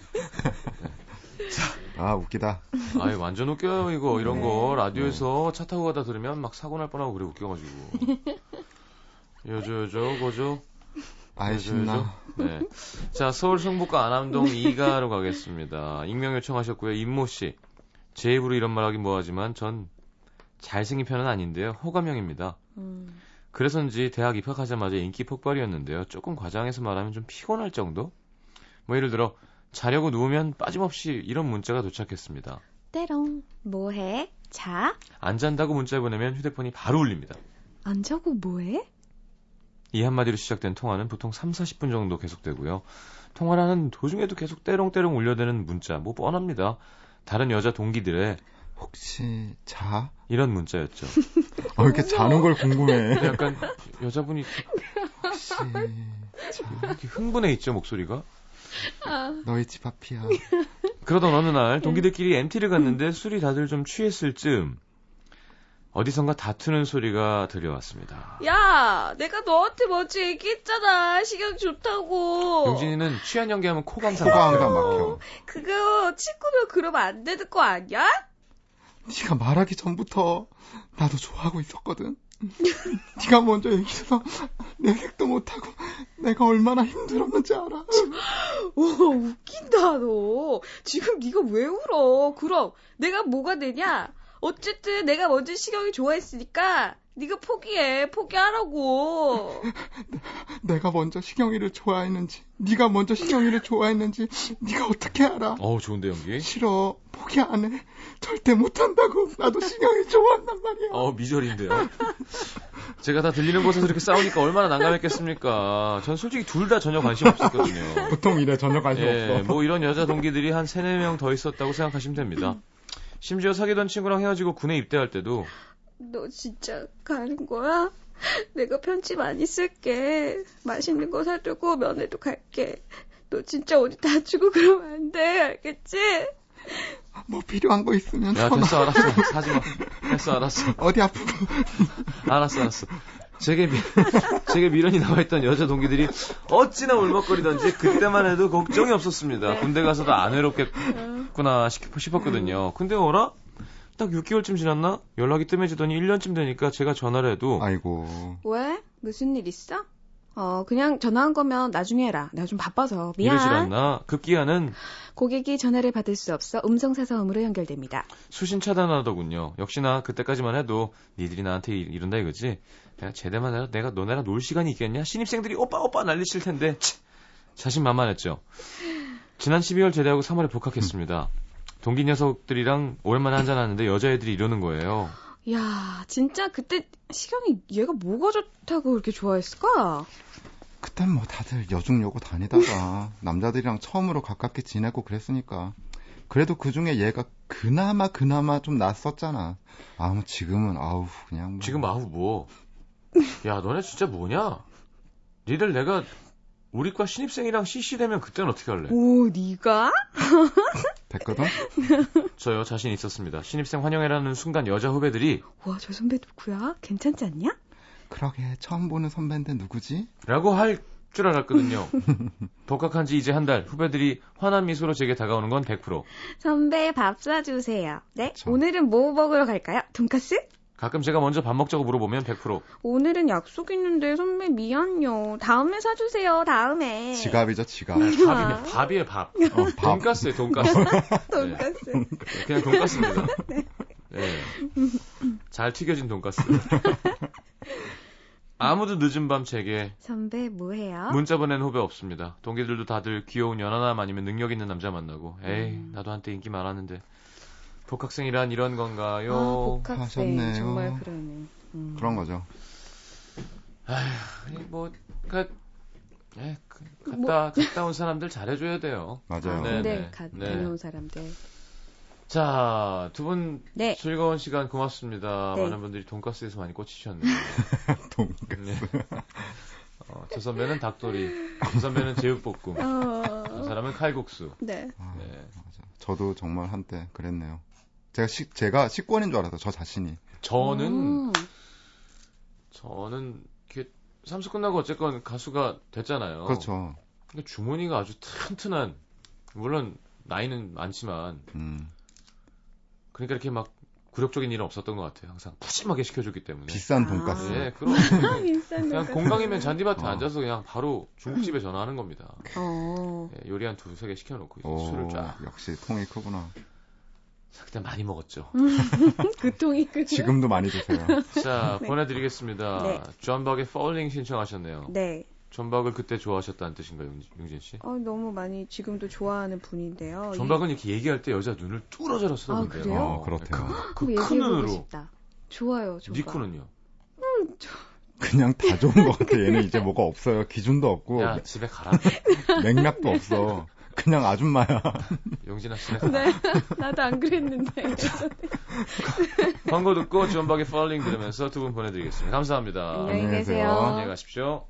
Speaker 3: 아 웃기다.
Speaker 1: 아유 완전 웃겨요 이거 이런
Speaker 4: 네.
Speaker 1: 거 라디오에서 차 타고 가다 들으면 막 사고 날 뻔하고 그래 웃겨가지고 요조 요조 고조
Speaker 3: 아이
Speaker 1: 요조, 요조.
Speaker 3: 신나.
Speaker 1: 네. 자 서울 성북구 안암동 2가로 가겠습니다 익명 요청하셨고요 임모씨 제 입으로 이런 말하기 뭐하지만 전 잘생긴 편은 아닌데요 호감형입니다
Speaker 4: 음,
Speaker 1: 그래서인지 대학 입학하자마자 인기 폭발이었는데요. 조금 과장해서 말하면 좀 피곤할 정도? 뭐 예를 들어 자려고 누우면 빠짐없이 이런 문자가 도착했습니다.
Speaker 4: 때롱, 뭐해? 자?
Speaker 1: 안 잔다고 문자 보내면 휴대폰이 바로 울립니다.
Speaker 4: 안 자고 뭐해?
Speaker 1: 이 한마디로 시작된 통화는 보통 3, 40분 정도 계속되고요. 통화를 하는 도중에도 계속 때롱때롱 울려대는 문자, 뭐 뻔합니다. 다른 여자 동기들의
Speaker 3: 혹시 자?
Speaker 1: 이런 문자였죠.
Speaker 3: 어, 이렇게 자는 걸 궁금해.
Speaker 1: 근데 약간 여자분이
Speaker 3: 혹시
Speaker 1: 이렇게 흥분해 있죠, 목소리가?
Speaker 3: 너희 집 앞이야.
Speaker 1: 그러던 어느 날 동기들끼리 MT를 갔는데 술이 다들 좀 취했을 쯤 어디선가 다투는 소리가 들려왔습니다.
Speaker 6: 야, 내가 너한테 먼저 얘기했잖아. 식욕 좋다고.
Speaker 1: 용진이는 취한 연기하면 코가 항상
Speaker 3: 코가 항상
Speaker 1: 막혀요.
Speaker 3: 막혀.
Speaker 6: 그거 친구면 그러면 안 되는 거 아니야?
Speaker 3: 네가 말하기 전부터 나도 좋아하고 있었거든. 네가 먼저 얘기해서 내 생각도 못하고 내가 얼마나 힘들었는지 알아.
Speaker 6: 오, 웃긴다 너. 지금 네가 왜 울어? 그럼 내가 뭐가 되냐? 어쨌든 내가 먼저 식욕이 좋아했으니까 네가 포기해. 포기하라고.
Speaker 3: 내가 먼저 신영이를 좋아했는지 네가 먼저 신영이를 좋아했는지 네가 어떻게 알아?
Speaker 1: 어우 좋은데 연기?
Speaker 3: 싫어 포기 안 해. 절대 못한다고 나도 신영이 좋아한단 말이야.
Speaker 1: 어 미절인데요. 제가 다 들리는 곳에서 이렇게 싸우니까 얼마나 난감했겠습니까. 전 솔직히 둘 다 전혀 관심 없었거든요.
Speaker 3: 보통 이래 전혀 관심
Speaker 1: 예, 뭐 이런 여자 동기들이 한 세네 명 더 있었다고 생각하시면 됩니다. 심지어 사귀던 친구랑 헤어지고 군에 입대할 때도
Speaker 6: 너 진짜 가는 거야? 내가 편지 많이 쓸게. 맛있는 거 사주고 면회도 갈게. 너 진짜 어디 다치고 그러면 안 돼. 알겠지?
Speaker 3: 뭐 필요한 거 있으면
Speaker 1: 야
Speaker 3: 전화.
Speaker 1: 됐어 알았어 사지마 됐어 알았어
Speaker 3: 어디 아프고
Speaker 1: 알았어, 알았어. 제게, 미, 제게 미련이 남아있던 여자 동기들이 어찌나 울먹거리던지 그때만 해도 걱정이
Speaker 4: 네.
Speaker 1: 없었습니다. 군대 가서도 안 외롭겠구나 싶-
Speaker 4: 음.
Speaker 1: 싶었거든요. 근데 어라? 딱 6개월쯤 지났나? 연락이 뜸해지더니 1년쯤 되니까 제가 전화를 해도
Speaker 3: 아이고
Speaker 4: 왜? 무슨 일 있어? 어, 그냥 전화한 거면 나중에 해라. 내가 좀 바빠서.
Speaker 1: 이러질
Speaker 4: 미안.
Speaker 1: 않나? 급기야는
Speaker 4: 고객이 전화를 받을 수 없어 음성사서음으로 연결됩니다.
Speaker 1: 수신 차단하더군요. 역시나 그때까지만 해도 니들이 나한테 이- 이런다 이거지. 내가 제대만 해라 내가 너네랑 놀 시간이 있겠냐? 신입생들이 오빠 오빠 난리칠 텐데 치! 자신만만했죠. 지난 12월 제대하고 3월에 복학했습니다. 동기 녀석들이랑 오랜만에 한잔하는데 여자애들이 이러는 거예요.
Speaker 4: 야, 진짜 그때 시경이 얘가 뭐가 좋다고 그렇게 좋아했을까?
Speaker 3: 그땐 뭐 다들 여중여고 다니다가 남자들이랑 처음으로 가깝게 지내고 그랬으니까 그래도 그중에 얘가 그나마 그나마 좀 낯섰잖아 아무 뭐 지금은 아우 그냥 뭐.
Speaker 1: 지금 아우 뭐? 야 너네 진짜 뭐냐? 니들 내가 우리과 신입생이랑 CC 되면 그때는 어떻게
Speaker 4: 네.
Speaker 1: 할래?
Speaker 6: 오, 네가?
Speaker 3: 됐거든
Speaker 1: 저요 자신 있었습니다. 신입생 환영회라는 순간 여자 후배들이
Speaker 4: 와, 저 선배 누구야? 괜찮지 않냐?
Speaker 3: 그러게 처음 보는 선배인데 누구지?
Speaker 1: 라고 할 줄 알았거든요. 독학한 지 이제 한 달, 후배들이 환한 미소로 제게 다가오는 건 100%.
Speaker 4: 선배 밥 사주세요. 네?
Speaker 3: 참.
Speaker 4: 오늘은 뭐 먹으러 갈까요? 돈까스?
Speaker 1: 가끔 제가 먼저 밥 먹자고 물어보면 100%.
Speaker 4: 오늘은 약속 있는데 선배 미안요. 다음에 사주세요.
Speaker 3: 네.
Speaker 4: 다음에.
Speaker 3: 지갑이죠 지갑
Speaker 1: 밥이네, 밥이에요, 밥.
Speaker 3: 어, 아, 밥.
Speaker 1: 돈가스에요, 돈가스.
Speaker 4: 돈까스.
Speaker 1: 네, 그냥 돈가스입니다. 네. 잘 튀겨진 돈가스. 아무도 늦은 밤 제게
Speaker 4: 선배 뭐해요?
Speaker 1: 문자 보낸 후배 없습니다. 동기들도 다들 귀여운 연하남 아니면 능력 있는 남자 만나고, 에이, 나도 한때 인기 많았는데. 복학생이란 이런 건가요?
Speaker 4: 아, 복학생
Speaker 3: 하셨네요.
Speaker 4: 정말 그러네. 음.
Speaker 3: 그런 거죠.
Speaker 1: 아니, 뭐, 그, 예, 그, 갔다, 갔다 온 사람들 잘해줘야 돼요.
Speaker 3: 맞아요.
Speaker 4: 아,
Speaker 1: 네.
Speaker 4: 근데 뭐. 가,
Speaker 1: 네.
Speaker 4: 다녀온 사람들.
Speaker 1: 자, 두 분
Speaker 4: 네.
Speaker 1: 즐거운 시간 고맙습니다.
Speaker 4: 네.
Speaker 1: 많은 분들이 돈가스에서 많이 꽂히셨네요.
Speaker 3: 돈가스.
Speaker 1: 네. 어, 저 선배는 닭도리, 저 선배는 제육볶음, 저
Speaker 4: 어,
Speaker 1: 사람은 칼국수.
Speaker 4: 네.
Speaker 3: 아,
Speaker 1: 네.
Speaker 3: 맞아. 저도 정말 한때 그랬네요. 제가 식 제가 식권인 줄 알았어. 저 자신이.
Speaker 1: 저는,
Speaker 4: 음,
Speaker 1: 저는, 이렇게, 삼수 끝나고 어쨌건 가수가 됐잖아요.
Speaker 3: 그렇죠.
Speaker 1: 근데 주머니가 아주 튼튼한, 물론 나이는 많지만,
Speaker 3: 음,
Speaker 1: 그러니까 이렇게 막 굴욕적인 일은 없었던 것 같아요. 항상 푸짐하게 시켜줬기 때문에.
Speaker 3: 비싼
Speaker 4: 아.
Speaker 3: 돈가스.
Speaker 1: 네. 예, 그럼.
Speaker 4: 인싸는
Speaker 1: 그냥 공강이면 잔디밭에
Speaker 3: 음. 어.
Speaker 1: 앉아서 그냥 바로 중국집에 전화하는 겁니다.
Speaker 4: 어,
Speaker 1: 예, 요리 한 두세 개 시켜놓고 이제
Speaker 3: 오,
Speaker 1: 술을 쫙.
Speaker 3: 역시 통이 크구나.
Speaker 1: 그때 많이 먹었죠.
Speaker 4: 음. 그통이 그.
Speaker 3: 지금도 많이 드세요.
Speaker 1: 자, 보내드리겠습니다.
Speaker 4: 네.
Speaker 1: 존박의 Falling 신청하셨네요.
Speaker 4: 네.
Speaker 1: 존박을 그때 좋아하셨다는 뜻인가요, 융- 융진 씨?
Speaker 4: 어, 너무 많이 지금도 좋아하는 분인데요.
Speaker 1: 존박은 이렇게 얘기할 때 여자 눈을 뚫어져라
Speaker 4: 아,
Speaker 1: 쓰던데요.
Speaker 4: 그래요?
Speaker 3: 어, 그렇대요.
Speaker 1: 그,
Speaker 4: 얘기해
Speaker 1: 큰
Speaker 4: 보고
Speaker 1: 눈으로.
Speaker 4: 싶다. 좋아요, 좋아.
Speaker 1: 니코는요?
Speaker 3: 그냥 다 좋은 것 같아. 얘는 이제 뭐가 없어요. 기준도 없고
Speaker 1: 야, 집에 가라.
Speaker 3: 맥락도 없어. 그냥 아줌마야.
Speaker 1: 용진아, 집에 가라.
Speaker 4: 네, 나도 안 그랬는데.
Speaker 1: 광고 듣고 존박의 Falling 들으면서 두 분 보내드리겠습니다. 감사합니다.
Speaker 4: 안녕히
Speaker 1: 아,
Speaker 4: 네.
Speaker 3: 안녕히 계세요.
Speaker 4: 계세요.
Speaker 1: 안녕히 가십시오.